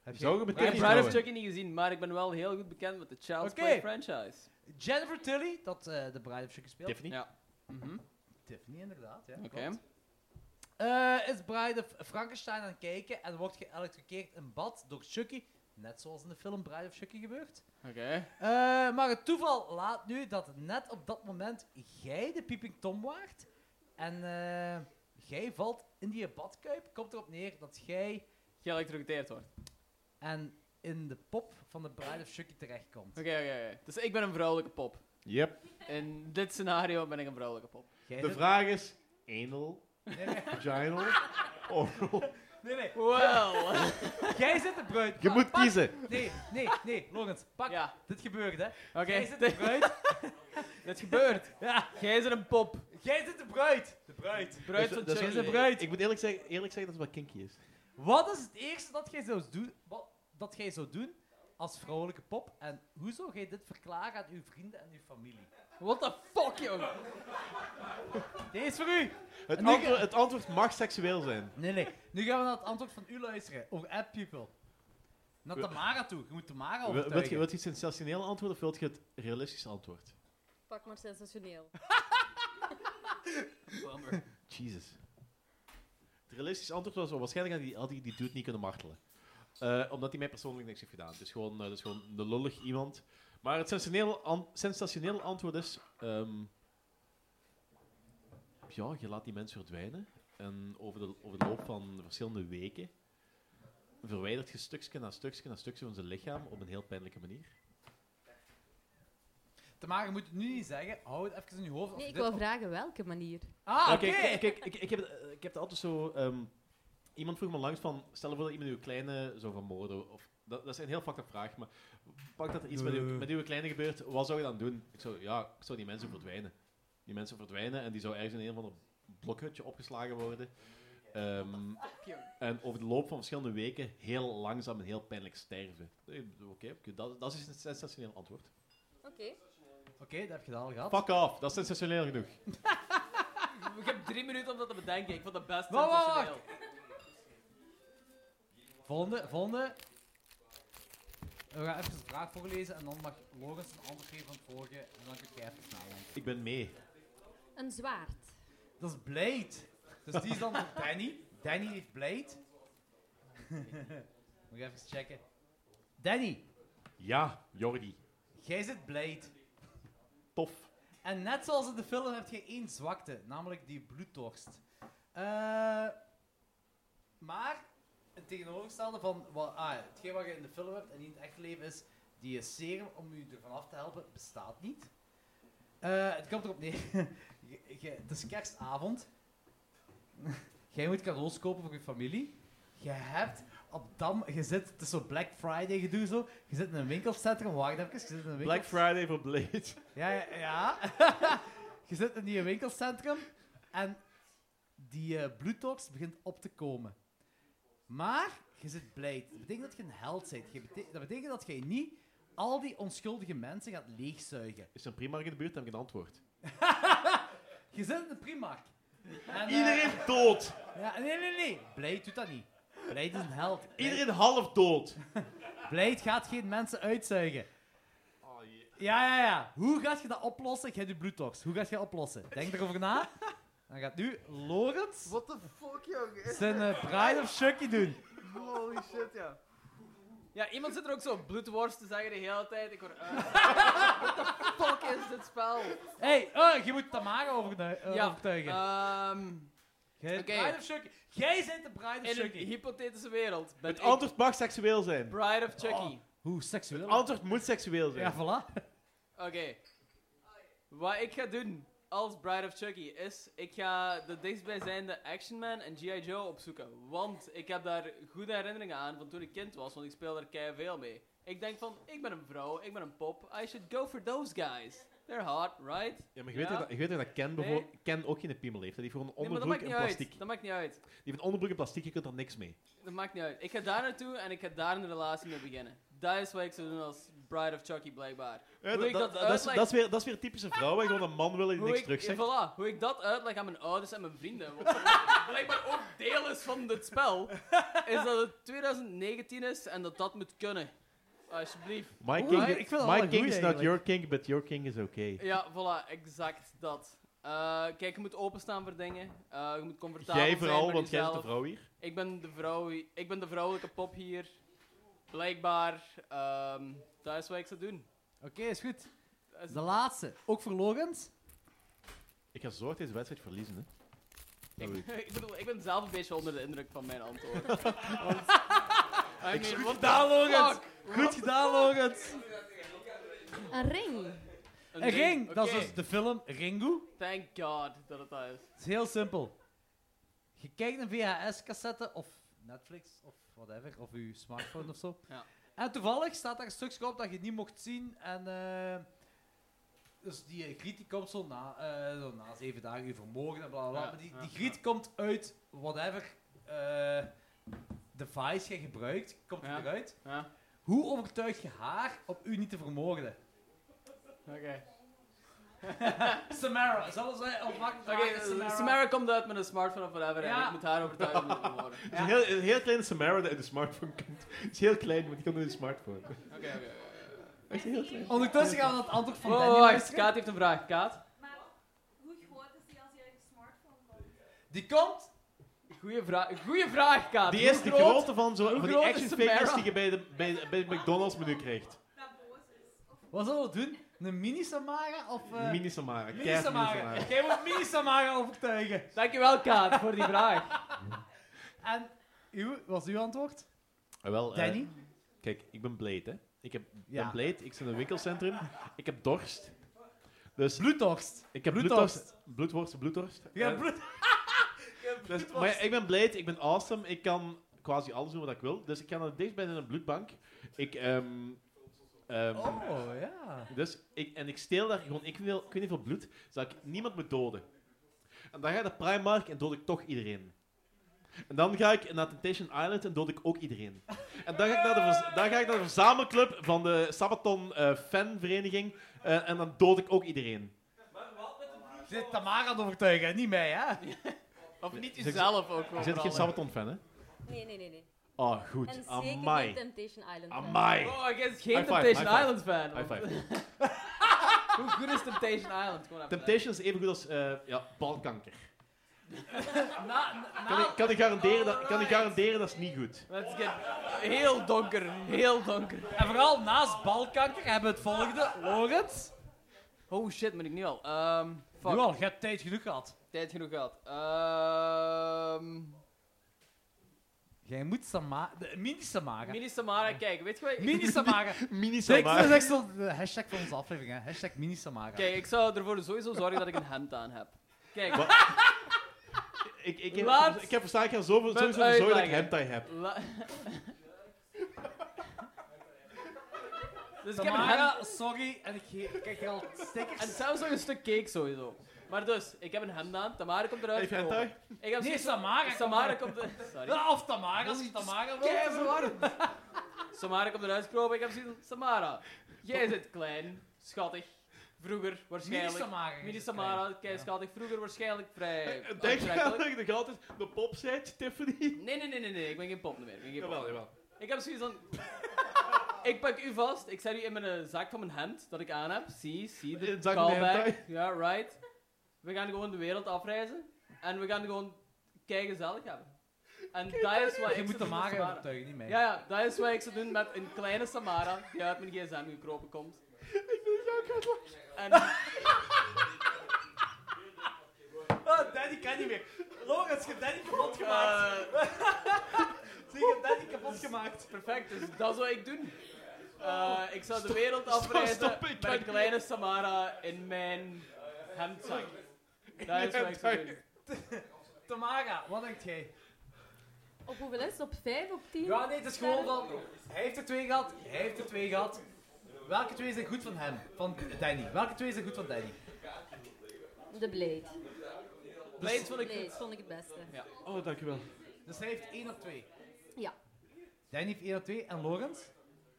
F: Heb
G: Zou je
F: je-
G: meteen
C: Ik heb
G: niet
C: Bride of
G: trouwen?
C: Chucky niet gezien, maar ik ben wel heel goed bekend met de Child's
F: Oké.
C: Play franchise.
F: Jennifer Tilly, dat eh, de Bride of Chucky speelt.
G: Tiffany?
C: Ja. Mhm.
F: Tiffany, inderdaad. Ja,
C: Oké.
F: klopt. Eh, is Bride of Frankenstein aan het kijken en wordt geëlektrocuteerd in bad door Chucky. Net zoals in de film Bride of Chucky gebeurt.
C: Oké.
F: Eh, maar het toeval laat nu dat net op dat moment jij de Pieping Tom waart. En eh, jij valt in die badkuip. Komt erop neer dat jij
C: Geëlektrocuteerd wordt.
F: en in de pop van de Bride of Chucky terechtkomt.
C: Oké, oké, oké. Dus ik ben een vrouwelijke pop.
G: Yep.
C: In dit scenario ben ik een vrouwelijke pop.
F: Jij
G: De
F: doet-
G: vraag is... Anal?
F: Nee, nee,
G: Vaginal?
C: Oh.
G: Oral?
F: nee, nee.
C: Well.
F: Jij zit de bruid.
G: Je
F: Pa-
G: moet
F: pak-
G: kiezen.
F: Nee, nee, nee. Logans, pak.
C: ja.
F: Dit gebeurt, hè.
C: Oké.
F: Jij zit de bruid.
C: Dit gebeurt.
F: ja.
C: Jij is een pop.
F: Jij zit de bruid. De bruid.
C: Bruid
G: Dus-
C: van
G: dus-
C: Chucky.
G: Ik moet eerlijk zeggen, eerlijk zeggen dat het wat kinky is.
F: Wat is het eerste dat jij zou doen, wat, dat jij zou doen als vrouwelijke pop? En hoe zou jij dit verklaren aan uw vrienden en uw familie?
C: What the fuck, joh.
F: Deze is voor u!
G: Het,
F: En nu-
G: antwoord, het antwoord mag seksueel zijn.
C: Oh,
F: Nee, nee. Nu gaan we naar het antwoord van u luisteren. Over app people. Naar
G: We-
F: Tamara toe. Je moet Tamara
G: Wil- Wilt je
F: overtuigen.
G: wilt je het sensationeel antwoord of wilt je het realistische antwoord?
I: Pak maar sensationeel.
G: Jesus. Het realistische antwoord was wel waarschijnlijk had die, had die, die dude niet kunnen martelen. Eh, omdat hij mij persoonlijk niks heeft gedaan. Het is gewoon, eh, het is gewoon een lullig iemand. Maar het sensationele, an- sensationele antwoord is... ehm, ja, je laat die mens verdwijnen. En over de, over de loop van verschillende weken verwijdert je stukje na stukje na stukje van zijn lichaam op een heel pijnlijke manier.
F: Tamara, je moet het nu niet zeggen. Hou het even in je hoofd. als
I: Nee,
F: je
I: ik
F: dit
I: wil
F: op-
I: vragen welke manier.
F: Ah,
G: Ja,
F: oké.
G: kijk, kijk, kijk, ik, ik, heb, het- eh, ik heb het altijd zo. ehm, iemand vroeg me langs van. Stel je voor dat iemand uw kleine zou vermoorden. Of, dat, dat is een heel fucked up vraag. Maar pak dat er iets met, uw,
F: Nee.
G: met uw kleine gebeurt. Wat zou je dan doen? Ik zou, ja, ik zou die mensen verdwijnen. Die mensen verdwijnen en die zou ergens in een of ander blokhutje opgeslagen worden. Ehm, en over de loop van verschillende weken heel langzaam en heel pijnlijk sterven. Eh, Oké, oké, dat, dat is een sensationeel antwoord.
I: Oké.
F: Oké, dat heb je dat al gehad.
G: Fuck off, dat is sensationeel genoeg.
C: Ik heb drie minuten om dat te bedenken. Ik vond dat best
F: Wacht, wacht,
C: sensationeel.
F: Volgende, volgende. We gaan even de vraag voorlezen en dan mag Lorenz een antwoord geven van het vorige en dan kun jij even nadenken.
G: Ik ben mee.
I: Een zwaard.
F: Dat is Blade. Dus die is dan voor Danny. Danny heeft Blade. Moet ik even checken. Danny,
G: Ja, Jordi.
F: jij zit Blade.
G: Tof.
F: En net zoals in de film heb je één zwakte, namelijk die bloedtorst. Eh, maar het tegenovergestelde van wat, ah, hetgeen wat je in de film hebt en niet in het echte leven is, die serum om je ervan af te helpen, bestaat niet. Eh, het komt erop neer. je- je- het is kerstavond. Jij moet cadeaus kopen voor je familie. Je hebt op dam, je zit, het is zo Black Friday gedoe zo. Je zit in een winkelcentrum, wacht even, je zit in een winkelcentrum.
G: Black Friday voor Blade.
F: Ja, ja. ja. je zit in die winkelcentrum en die eh bloedtox begint op te komen. Maar je zit blij. Dat betekent dat je een held bent. Je bete- dat betekent dat jij niet al die onschuldige mensen gaat leegzuigen.
G: Is er een Primark in de buurt? Dan heb ik een antwoord.
F: Je zit in de Primark. En, eh,
G: Iedereen dood.
F: ja, nee, nee, nee. Blade doet dat niet. Blade is een held.
G: Iedereen half dood.
F: Blade gaat geen mensen uitzuigen. Ja, ja, ja. Hoe gaat je dat oplossen? Jij doet bloedtocht. Hoe gaat je dat oplossen? Denk erover na. Dan gaat nu Lorenz
J: What the fuck, jongen?
F: zijn eh, Bride of Chucky doen.
J: Holy shit, ja.
C: Ja, iemand zit er ook zo'n bloedworst te zeggen de hele tijd. Ik hoor... eh, What the fuck is dit spel?
F: Hé, hey, oh, je moet Tamara overgenu- eh,
C: Ja,
F: overtuigen.
C: ehm,
F: Jij
C: oké.
F: bent Bride of Chucky. Jij bent de Bride of
C: in een
F: Chucky.
C: hypothetische wereld ben
G: Het
C: ik
G: antwoord mag seksueel zijn. Het
C: Bride of Chucky.
F: Hoe seksueel.
G: antwoord moet seksueel zijn.
F: Ja, voilà.
G: Oh.
C: Oké. Wat ik ga doen als Bride of Chucky is, ik ga de dichtstbijzijnde Action Man en G.I. Joe opzoeken. Want ik heb daar goede herinneringen aan van toen ik kind was, want ik speel daar keihard veel mee. Ik denk van, ik ben een vrouw, ik ben een pop, I should go for those guys. They're hot, right?
G: Ja, maar je weet,
C: Ja.
G: Dat, je weet dat Ken,
C: Nee.
G: bijvoorbeeld- Ken ook geen piemel heeft. hè. Die heeft gewoon een
C: Nee, maar dat
G: onderbroek
C: maakt niet
G: in plastic.
C: uit. Dat maakt niet uit.
G: Die heeft een onderbroek in plastic, je kunt er niks mee.
C: Dat maakt niet uit. Ik ga daar naartoe en ik ga daar een relatie mee beginnen. Dat is wat ik zou doen als Bride of Chucky, blijkbaar.
G: Ja,
C: Hoe ik
G: dat, dat,
C: dat
G: dat is,
C: uitleg-
G: dat, is weer, dat is weer typische vrouwen, gewoon een man willen die
C: Hoe
G: niks
C: ik,
G: terug zegt.
C: ja, voilà. hoe ik dat uitleg aan mijn ouders en mijn vrienden, wat blijkbaar ook deel is van dit spel, is dat het 2019 is en dat dat moet kunnen. Alsjeblieft.
G: My
F: Oeh,
G: king,
F: ik vind dat wel
G: my
F: een
G: king
F: goeie
G: is not
F: eigenlijk.
G: your king, but your king is okay.
C: Ja, voilà, exact dat. Eh, kijk, je moet openstaan voor dingen. Eh, je moet comfortabel
G: Jij
C: zijn
G: vooral,
C: voor
G: want jij bent de
C: jezelf.
G: vrouw hier.
C: Ik ben de vrouw, ik ben de vrouwelijke pop hier. Blijkbaar, ehm, dat is wat ik zou doen.
F: Oké, is goed.
C: Dat is-
F: De laatste. Ook voor Lorenz.
G: Ik ga zorg deze wedstrijd verliezen, hè.
C: Ik, ik bedoel, ik ben zelf een beetje onder de indruk van mijn antwoord. Want, I mean, what the
F: Lorenz.
C: fuck?
F: Goed gedaan, Lorenz.
I: Een ring.
F: Een ring. Dat is
C: Oké,
F: dus de film Ringu.
C: Thank god dat het dat is.
F: Het is heel simpel. Je kijkt een VHS-cassette of Netflix of whatever, of uw smartphone of zo.
C: Ja.
F: En toevallig staat daar een stukje op dat je niet mocht zien. En eh, dus die eh, griet die komt zo na, eh, zo na zeven dagen uw vermogen en bla bla. bla.
C: Ja,
F: maar die,
C: ja,
F: die griet komt uit whatever eh, device je gebruikt, komt
C: Ja.
F: die eruit.
C: Ja,
F: Hoe overtuig je haar op u niet te vermoorden?
C: oké.
F: Samara, zullen zij opmaken?
C: Oké, Samara. komt uit met een smartphone of whatever en
F: Ja.
C: ik moet haar overtuigen om te worden.
G: Het is een heel, een heel kleine Samara die in de smartphone komt. Het is heel klein, want die komt in de smartphone.
C: Oké, oké, oké.
G: Echt heel klein.
F: Ondertussen gaan we naar het antwoord van
C: Oh,
F: Danny
C: oh, wacht,
F: luisteren.
C: Kaat heeft een vraag. Kaat?
F: Die komt.
C: Goeie vraag, goeie vraag, Kaat.
G: Die
C: Hoe
G: is de
C: groot-
G: grootte van, zo, van die
C: groot is
G: action
C: Samara?
G: figures die je bij de, bij, de- bij het McDonald's menu krijgt.
F: Wat zullen we doen? Een mini Samara of. eh,
G: Mini Samara.
F: mini
G: keihard mini
F: Samara.
G: Samara.
F: Jij moet mini Samara overtuigen.
C: Dankjewel, Kaat, voor die vraag.
F: En uw, was uw antwoord?
G: Ah, Wel, eh,
F: Danny?
G: Kijk, ik ben Blade, hè. Ik heb,
F: Ja.
G: ben Blade, ik zit in een winkelcentrum. Ik heb dorst. Dus
F: Bloedtorst.
G: ik heb
F: bloedtorst.
G: bloedtorst. Bloedworst, bloedtorst.
F: Ja,
G: Eh,
F: bloed.
G: dus- maar ja, ik ben Blade, ik ben awesome. Ik kan quasi alles doen wat ik wil. Dus ik ga naar dichtbij naar een bloedbank. Ik, ehm ehm,
F: Oh ja.
G: Dus ik, en ik steel daar gewoon, ik wil, ik weet niet veel bloed, zodat ik niemand moet doden. En dan ga ik naar Primark en dood ik toch iedereen. En dan ga ik naar Temptation Island en dood ik ook iedereen. En dan ga ik naar de, verz- dan ga ik naar de verzamelclub van de Sabaton eh, fanvereniging eh, en dan dood ik ook iedereen.
F: Je zit Tamara aan het overtuigen, hè? niet mij, hè?
C: Of niet
G: Zeg-
C: jezelf ook
G: Je
C: wel.
G: bent geen
C: vooral, hè.
G: Sabaton fan, hè?
I: Nee, nee, nee, nee.
G: Oh, goed.
I: En zeker
G: Amai.
I: niet Temptation Island.
G: Amai.
C: Oh, ik is geen
G: High five,
C: Temptation
G: high five.
C: Island fan.
G: High
C: want-
G: five.
C: Hoe goed is Temptation Island? Gewoon even
G: Temptation is even goed als eh, ja, balkanker.
C: zeggen. Na- na-
I: Nou.
G: Kan ik, kan ik garanderen dat, kan ik garanderen dat is niet goed.
C: Let's get heel donker, heel donker.
F: En vooral naast balkanker hebben we het volgende. Logans.
C: Oh shit, ben ik nu al. Ehm fuck.
F: Nu al, je hebt tijd genoeg gehad.
C: Tijd genoeg gehad. Ehm
F: Jij moet Sama... de- Mini Samaga.
C: mini Samara, kijk, weet je wat? ik-
F: Mini Samaga.
G: Mini
F: Zeg, dat is
G: Samara.
F: echt zo de hashtag van onze aflevering, hè. Hashtag Mini Samaga.
C: Kijk, ik zou ervoor sowieso zorgen dat ik een hemd aan heb. Kijk,
G: Wat? Ik, ik, heb,
C: Laat-
G: ik heb verstaan, ik ga zoveel,
C: Met
G: sowieso de zorg dat
C: uitleggen.
G: ik hentai heb.
C: la- dus ik heb een hemd.
F: Samaga, sorry. En ik ge- kijk hier al stickers.
C: En zelfs nog een stuk cake sowieso. Maar dus, ik heb een hemd aan, Tamara komt eruit.
G: Heb je hentai?
C: Ik heb
F: Nee,
C: zoiets-
F: Samara.
C: Samara komt eruit. Sorry.
F: Ja, of Tamara, als je Tamara wil.
C: Kei Samara komt eruit gekropen, ik heb zoiets Samara, jij zit klein, schattig, vroeger
F: Mini
C: waarschijnlijk.
F: Samara.
C: Mini Samara, kei schattig, vroeger waarschijnlijk vrij
G: Denk je aan
C: aantrekkelijk.
G: dat ik nog altijd de pop zei, Tiffany?
C: Nee, nee, nee, nee, nee, ik ben geen pop meer. Ik, ben geen pop.
G: Jawel, jawel.
C: ik heb zoiets van... ik pak u vast, ik zet u in mijn eh, zak van mijn hemd dat ik aan heb. Zie, zie, de
G: In zak van de
C: callback.
G: hentai.
C: Ja, right. We gaan gewoon de wereld afreizen en we gaan gewoon kei gezellig hebben. En dat is wat
F: Je moet
C: ik zou doen met
F: Tamara
C: Samara.
F: overtuigen, niet mij.
C: Ja, ja, dat is wat ik zou doen met een kleine Samara die uit mijn gsm gekropen komt. Ik wil jou kwijt.
F: Oh, Danny kan niet meer. Logans, je hebt Danny kapot
C: En, eh,
F: Zeg, je hebt Danny kapot gemaakt.
C: perfect, dus dat zou ik doen. Eh, ik zou de wereld
G: stop,
C: afreizen
G: stop, ik
C: met
G: kan
C: een
G: niet.
C: kleine Samara in mijn hemdzak. Dat is wat ik zou doen.
F: Tamara, wat denkt jij?
I: Op hoeveel is het? Op 5, op 10?
F: Ja, nee, het is gewoon van... Hij heeft er twee gehad, hij heeft er twee gehad. Welke twee zijn goed van hem? Van Danny. Welke twee zijn goed van Danny?
I: De Blade.
C: Blades vond ik
I: Blade vond ik het beste.
G: Oh, dankjewel.
F: Dus hij heeft één op twee.
I: Ja,
F: Danny heeft één op twee. En Logans?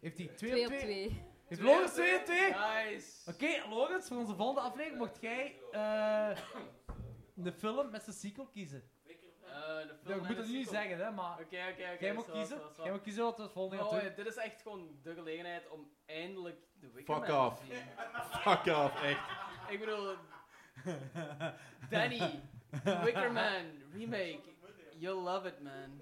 F: Heeft hij twee,
I: 2
F: op
I: op
F: twee?
I: 2.
F: Heeft Logans twee op twee?
C: Nice.
F: Oké, Logans, voor onze volgende aflevering mocht jij eh de film met zijn sequel kiezen.
C: Eh, de film
F: Ja, ik moet
C: en
F: dat
C: de
F: nu niet
C: sequel.
F: zeggen, hè, maar...
C: Oké, oké, oké.
F: Jij mag
C: zo,
F: kiezen.
C: zo, zo.
F: Jij mag kiezen wat we het volgende gaan
C: Oh,
F: doen.
C: ja, dit is echt gewoon de gelegenheid om eindelijk de weekend
G: Fuck off. Fuck off, echt.
C: Ik bedoel, Danny, Wicker Man, remake. You'll love it, man.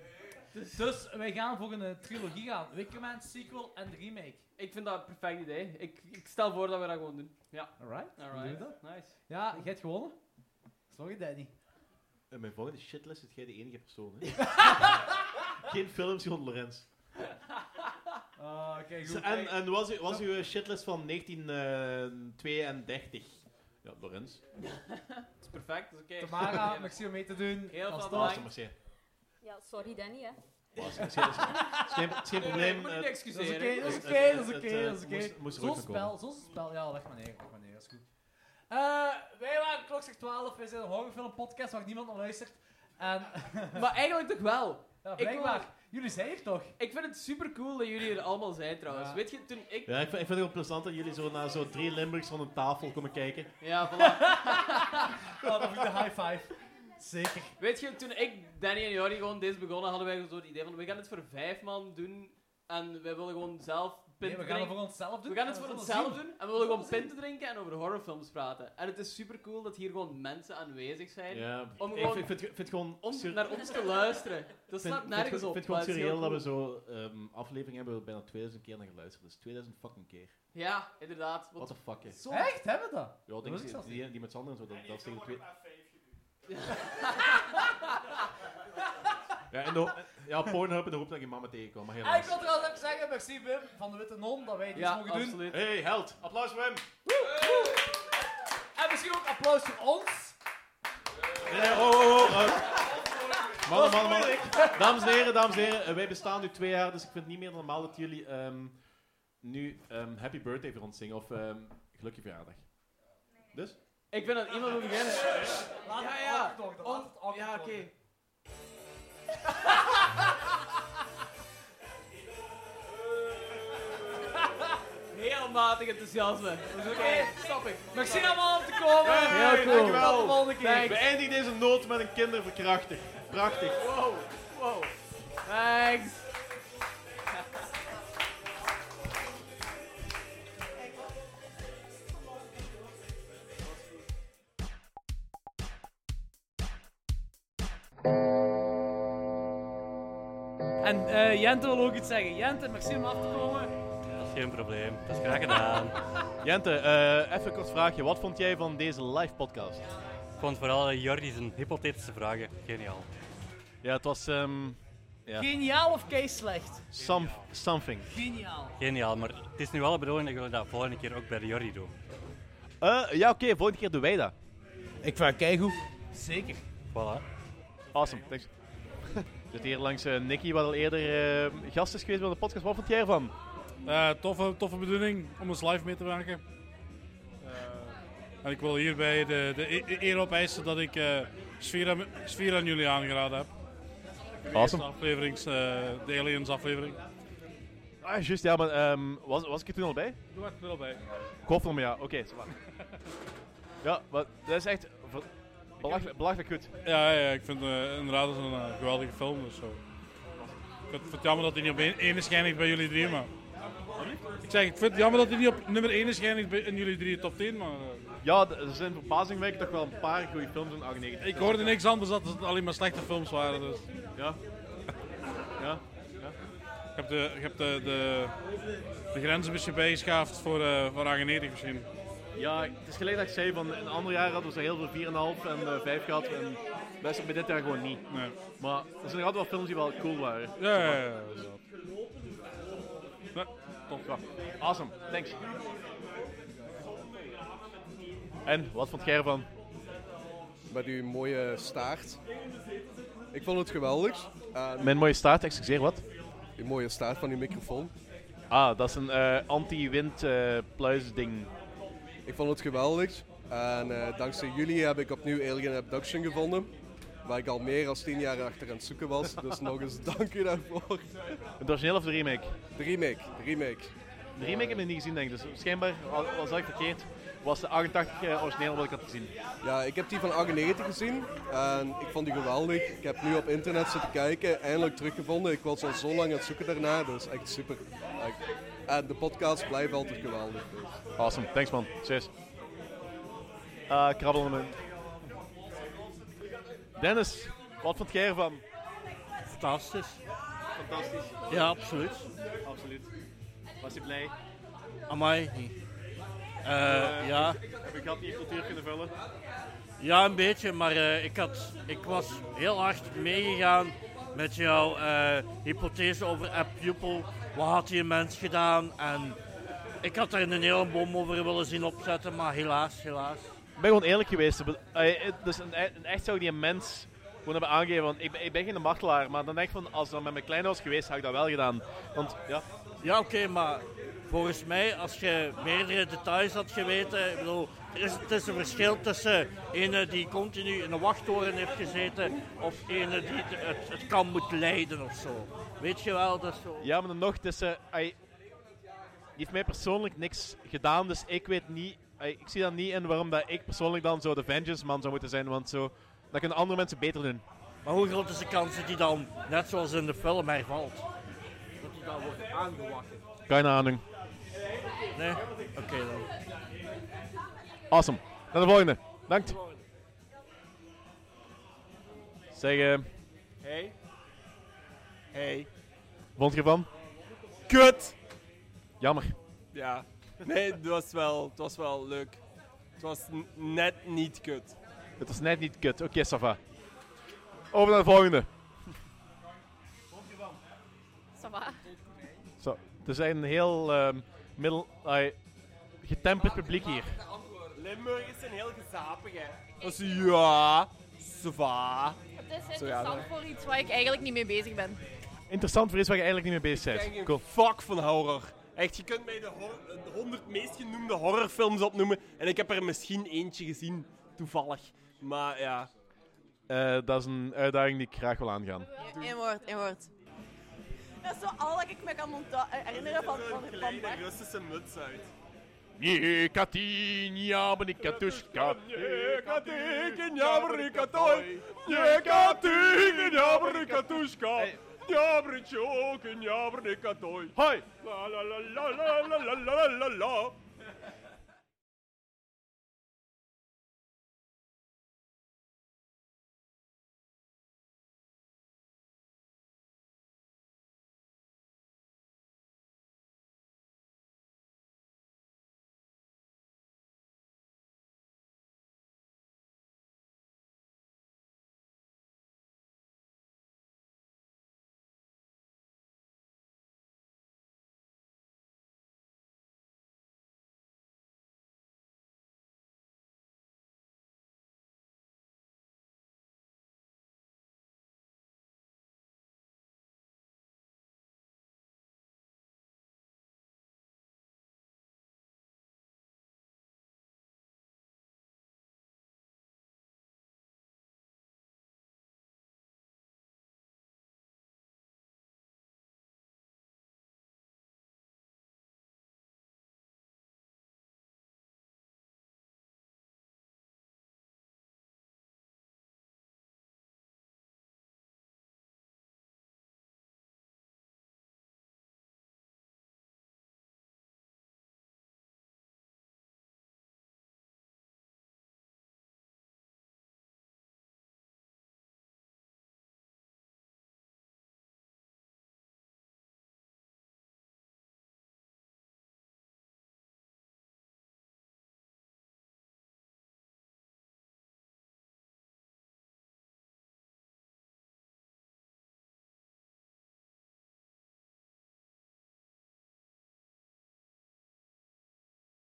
F: Dus wij gaan voor een eh, trilogie gaan. Wickerman, sequel en remake.
C: Ik vind dat een perfect idee. Ik, ik stel voor dat we dat gewoon doen. Ja,
F: Alright. Doen we
C: alright.
F: dat?
C: Nice.
F: Ja, jij hebt gewonnen. Sorry, Danny.
G: In mijn volgende shitlist zit jij de enige persoon, hè. Geen films, gewoon Lorenz.
F: Ah, oké, goed.
G: En, en was, u- was uw shitlist van eh, 1932? Ja, Lorenz.
C: Het is perfect, het is oké.
F: Tamara,
C: Ja.
F: merci om mee te doen.
C: Heel
F: Dat is
C: veel
F: top.
C: bedankt.
G: Laatste, Ah, Marseille.
I: Ja, sorry Danny, hè.
G: Laatste, Marseille. Dat is- dat is geen- dat is
C: Nee,
G: geen
C: nee, ik
G: probleem.
C: moet niet
G: eh,
F: Dat is
C: excuseren.
F: oké, dat is
G: Het-
F: oké,
G: het-
F: dat is
G: het,
F: oké,
G: eh,
F: dat is
G: moest-
F: oké.
G: moest er
F: Zo'n
G: ooit van komen.
F: spel, zo'n spel. Ja, leg maar neer, leg maar neer, dat is goed. Eh, wij waren klokslag 12, wij zijn een horrorfilm podcast waar niemand naar luistert. En
C: Maar eigenlijk toch wel.
F: ja,
C: wil-
F: blijkbaar, jullie zijn hier toch?
C: Ik vind het super cool dat jullie er allemaal zijn trouwens.
F: Ja.
C: Weet je, toen ik.
G: Ja, ik vind, ik vind het wel plezant dat jullie zo naar zo drie Limburgs van een tafel komen kijken.
C: Ja, voilà.
F: Oh, dan moet ik de high five. Zeker.
C: Weet je, toen ik, Danny en Jordi gewoon deze begonnen, hadden wij zo het idee van we gaan het voor vijf man doen. En wij willen gewoon zelf
F: Nee,
C: pinten
F: we gaan het
C: drinken.
F: voor onszelf doen.
C: We gaan het
F: en
C: voor
F: we zullen
C: onszelf
F: zien.
C: doen en we willen gewoon pinten drinken en over horrorfilms praten. En het is super cool dat hier gewoon mensen aanwezig zijn
G: Ja,
C: Om
G: ik
C: gewoon-
G: vind, vind, vind het gewoon...
C: om
G: sur-
C: naar ons te luisteren. Dat slaat
G: vind- vind het
C: nergens
G: gewoon-
C: op.
G: vind het gewoon
C: maar is
G: surreal
C: heel
G: dat we zo ehm afleveringen hebben waar we bijna 2000 keer naar geluisterd. Dus 2000 fucking keer.
C: cool. Ja, inderdaad.
G: What
C: Want
G: the fuck, hè.
C: zo...
F: Echt, hebben we dat?
G: Ja,
F: wist
G: denk
F: ik
G: die,
F: zelfs
G: die, die met Sander en zo, dat, dat is tegen twee... ja, en de, ja, Pornhub en de hoop dat je mama tegenkwam, maar
F: Ah, ik
G: helaas.
F: wil trouwens even zeggen, merci Wim van de Witte Non, dat wij dit
C: Ja,
F: mogen doen.
C: absoluut.
G: Hey, held! Applaus voor hem!
F: En misschien ook applaus voor ons.
G: Nee, oh, oh, oh, eh. Mannen, mannen, mannen. Dames en heren, dames en heren. eh, wij bestaan nu twee jaar, dus ik vind het niet meer normaal dat jullie ehm, nu ehm, Happy Birthday voor ons zingen. Of ehm gelukkig verjaardag. Dus?
C: Ik vind dat iemand moet beginnen.
F: Laat
C: Ja,
F: het
C: ja.
F: awkward worden, laat het awkward
C: Ja, oké.
F: worden.
C: Heel matig enthousiasme. Dat is oké. Snap ik.
F: Merci allemaal om te komen.
G: Hey,
C: cool.
F: Tot de
G: Dankjewel.
F: volgende keer.
G: We eindigen deze noot met een kinderverkrachtig. Prachtig.
C: Thanks.
K: En eh, Jente wil ook iets zeggen. Jente, merci om af te komen.
L: Dat is geen probleem. Dat is graag gedaan.
G: Jente, eh, even een kort vraagje. Wat vond jij van deze live podcast?
L: Ik vond vooral Jordi zijn hypothetische vragen geniaal.
G: Ja, het was... ehm, ja.
K: Geniaal of kei slecht?
G: Some, something.
K: Geniaal.
L: Geniaal, maar het is nu wel de bedoeling dat we dat volgende keer ook bij de Jordi doen.
G: Eh, ja, oké, volgende keer doen wij dat.
E: Ik vraag keigoed.
K: Zeker.
L: Voilà.
G: Awesome, thanks. We zitten hier langs eh, Nicky, wat al eerder eh, gast is geweest bij de podcast. Wat vond jij ervan?
M: Eh, toffe, toffe bedoeling om eens live mee te werken. Eh, en ik wil hierbij de, de e- e- eer opeisen dat ik eh sfeer, aan, sfeer aan jullie aangeraden heb. De
G: Awesome.
M: eerste aflevering, eh, de Aliens aflevering.
G: Ah, juist, ja, maar ehm, was, was ik er toen al bij?
M: Ik was er al bij.
G: Ik hoop nog maar ja. Oké, zo maar. Ja, maar dat is echt ver- belachelijk, belachelijk goed.
M: Ja, ja, ik vind eh, inderdaad het is een eh, geweldige film. Dus zo. Ik vind, vind het jammer dat hij niet op één- één is geëindigd bij jullie drie, maar... Ik zeg, ik vind het jammer dat hij niet op nummer 1 is geëindigd bij- in jullie drie top 10, maar... eh,
G: Ja, d- er zijn verbazingwekkend toch wel een paar goede films in 98.
M: Ik hoorde niks anders dan dat het alleen maar slechte films waren. Dus.
G: Ja. Ja.
M: Ik heb de, ik heb de, de, de grens een beetje bijgeschaafd voor, eh voor 98 misschien.
G: Ja, het is gelijk dat ik zei, van in andere jaren hadden we zo heel veel 4,5 en eh, 5 gehad. En best bij dit jaar gewoon niet. Maar er zijn nog altijd wel films die wel cool waren.
M: Ja, ja, ja. ja.
G: Top, ja. Awesome, thanks. En, wat vond jij ervan?
N: Met uw mooie staart. Ik vond het geweldig. En
G: Eh, Mijn mooie staart, excuseer wat?
N: uw mooie staart van uw microfoon.
G: Ah, dat is een eh, anti-wind eh, pluisding.
N: Ik vond het geweldig. En eh, dankzij jullie heb ik opnieuw Alien Abduction gevonden. Waar ik al meer dan 10 jaar achter aan het zoeken was. Dus nog eens dank u daarvoor.
G: Het origineel of de remake?
N: De remake, de remake.
G: De remake heb ik niet gezien, denk ik. Dus schijnbaar, al- al zag ik verkeerd, was de 88 eh, origineel wat ik had gezien.
N: Ja, ik heb die van 98 gezien en ik vond die geweldig. Ik heb nu op internet zitten kijken, eindelijk teruggevonden. Ik was al zo lang aan het zoeken daarna, dus echt super. Echt. En de podcast blijft altijd geweldig. dus.
G: Awesome, thanks man. Cheers. Ah, krabbel in mijn... Dennis, wat vond jij ervan?
O: Fantastisch.
G: Fantastisch.
O: Ja, absoluut.
G: Absoluut. Was je blij?
O: Amai. Eh
G: Eh,
O: ja.
G: Heb ik dat niet cultuur kunnen vullen?
O: ja, een beetje, maar eh, ik, had, ik was heel hard meegegaan met jouw eh, hypothese over App Pupil. Wat had die mens gedaan? En ik had er een hele bom over willen zien opzetten, maar helaas, helaas.
G: Ik ben gewoon eerlijk geweest. Ik bedo- eh, eh, Dus een, e- een echt zou die een mens gewoon hebben aangegeven. Want ik, ben- ik ben geen martelaar, maar dan denk ik van, als dat met mijn kleine was geweest, had ik dat wel gedaan. Want, ja.
O: Ja, oké, maar volgens mij, als je meerdere details had geweten, ik bedoel, er is, het is een verschil tussen ene die continu in een wachttoren heeft gezeten of ene die het, het, het kan moet leiden of zo. Weet je wel, dat is zo.
G: Ja, maar dan nog, tussen... ai, die heeft mij persoonlijk niks gedaan, dus ik weet niet... ai, ik zie dat niet in waarom dat ik persoonlijk dan zo de Vengeance man zou moeten zijn, want zo... Dat kunnen andere mensen beter doen.
O: Maar hoe groot is de kans dat die dan, net zoals in de film, hervalt? Dat die dan wordt aangewakkerd.
G: Keine Ahnung.
O: Nee? Oké dan.
G: Awesome. Naar de volgende. Dankt. Zeg, eh,
P: Hey. Hey.
G: vond je ervan?
P: Kut!
G: Jammer.
P: Ja. Nee, het was wel, het was wel leuk. Het was n- net niet kut.
G: Het was net niet kut. Oké, Sava. Over naar de volgende.
I: Ça va?
G: Zo. Het is eigenlijk een heel ehm middel... ai, getemperd publiek hier.
P: Limburg is een heel gezapig, hè.
G: Dus ja, Sava.
Q: Het is interessant voor iets waar ik eigenlijk niet mee bezig ben.
G: Interessant voor iets waar je eigenlijk niet mee bezig
P: Ik ken
G: bent.
P: geen
G: Cool.
P: Fuck van horror. Echt, je kunt mij de, hor- de 100 meest genoemde horrorfilms opnoemen. En ik heb er misschien eentje gezien, toevallig. Maar ja.
G: Eh, dat is een uitdaging die ik graag wil aangaan.
R: Eén woord, één woord. Dat is zo al wat ik me kan monta- eh, herinneren van, van, van,
P: Kleine Russische muts uit.
G: Nee, Katinja, ben dus. ik Katushka.
P: Kateken, jabberikatoi. Je kateken, jabberikatushka. Jabbertjoken, jabberikatoi.
G: Hoi.
P: La la la la la la la la la la.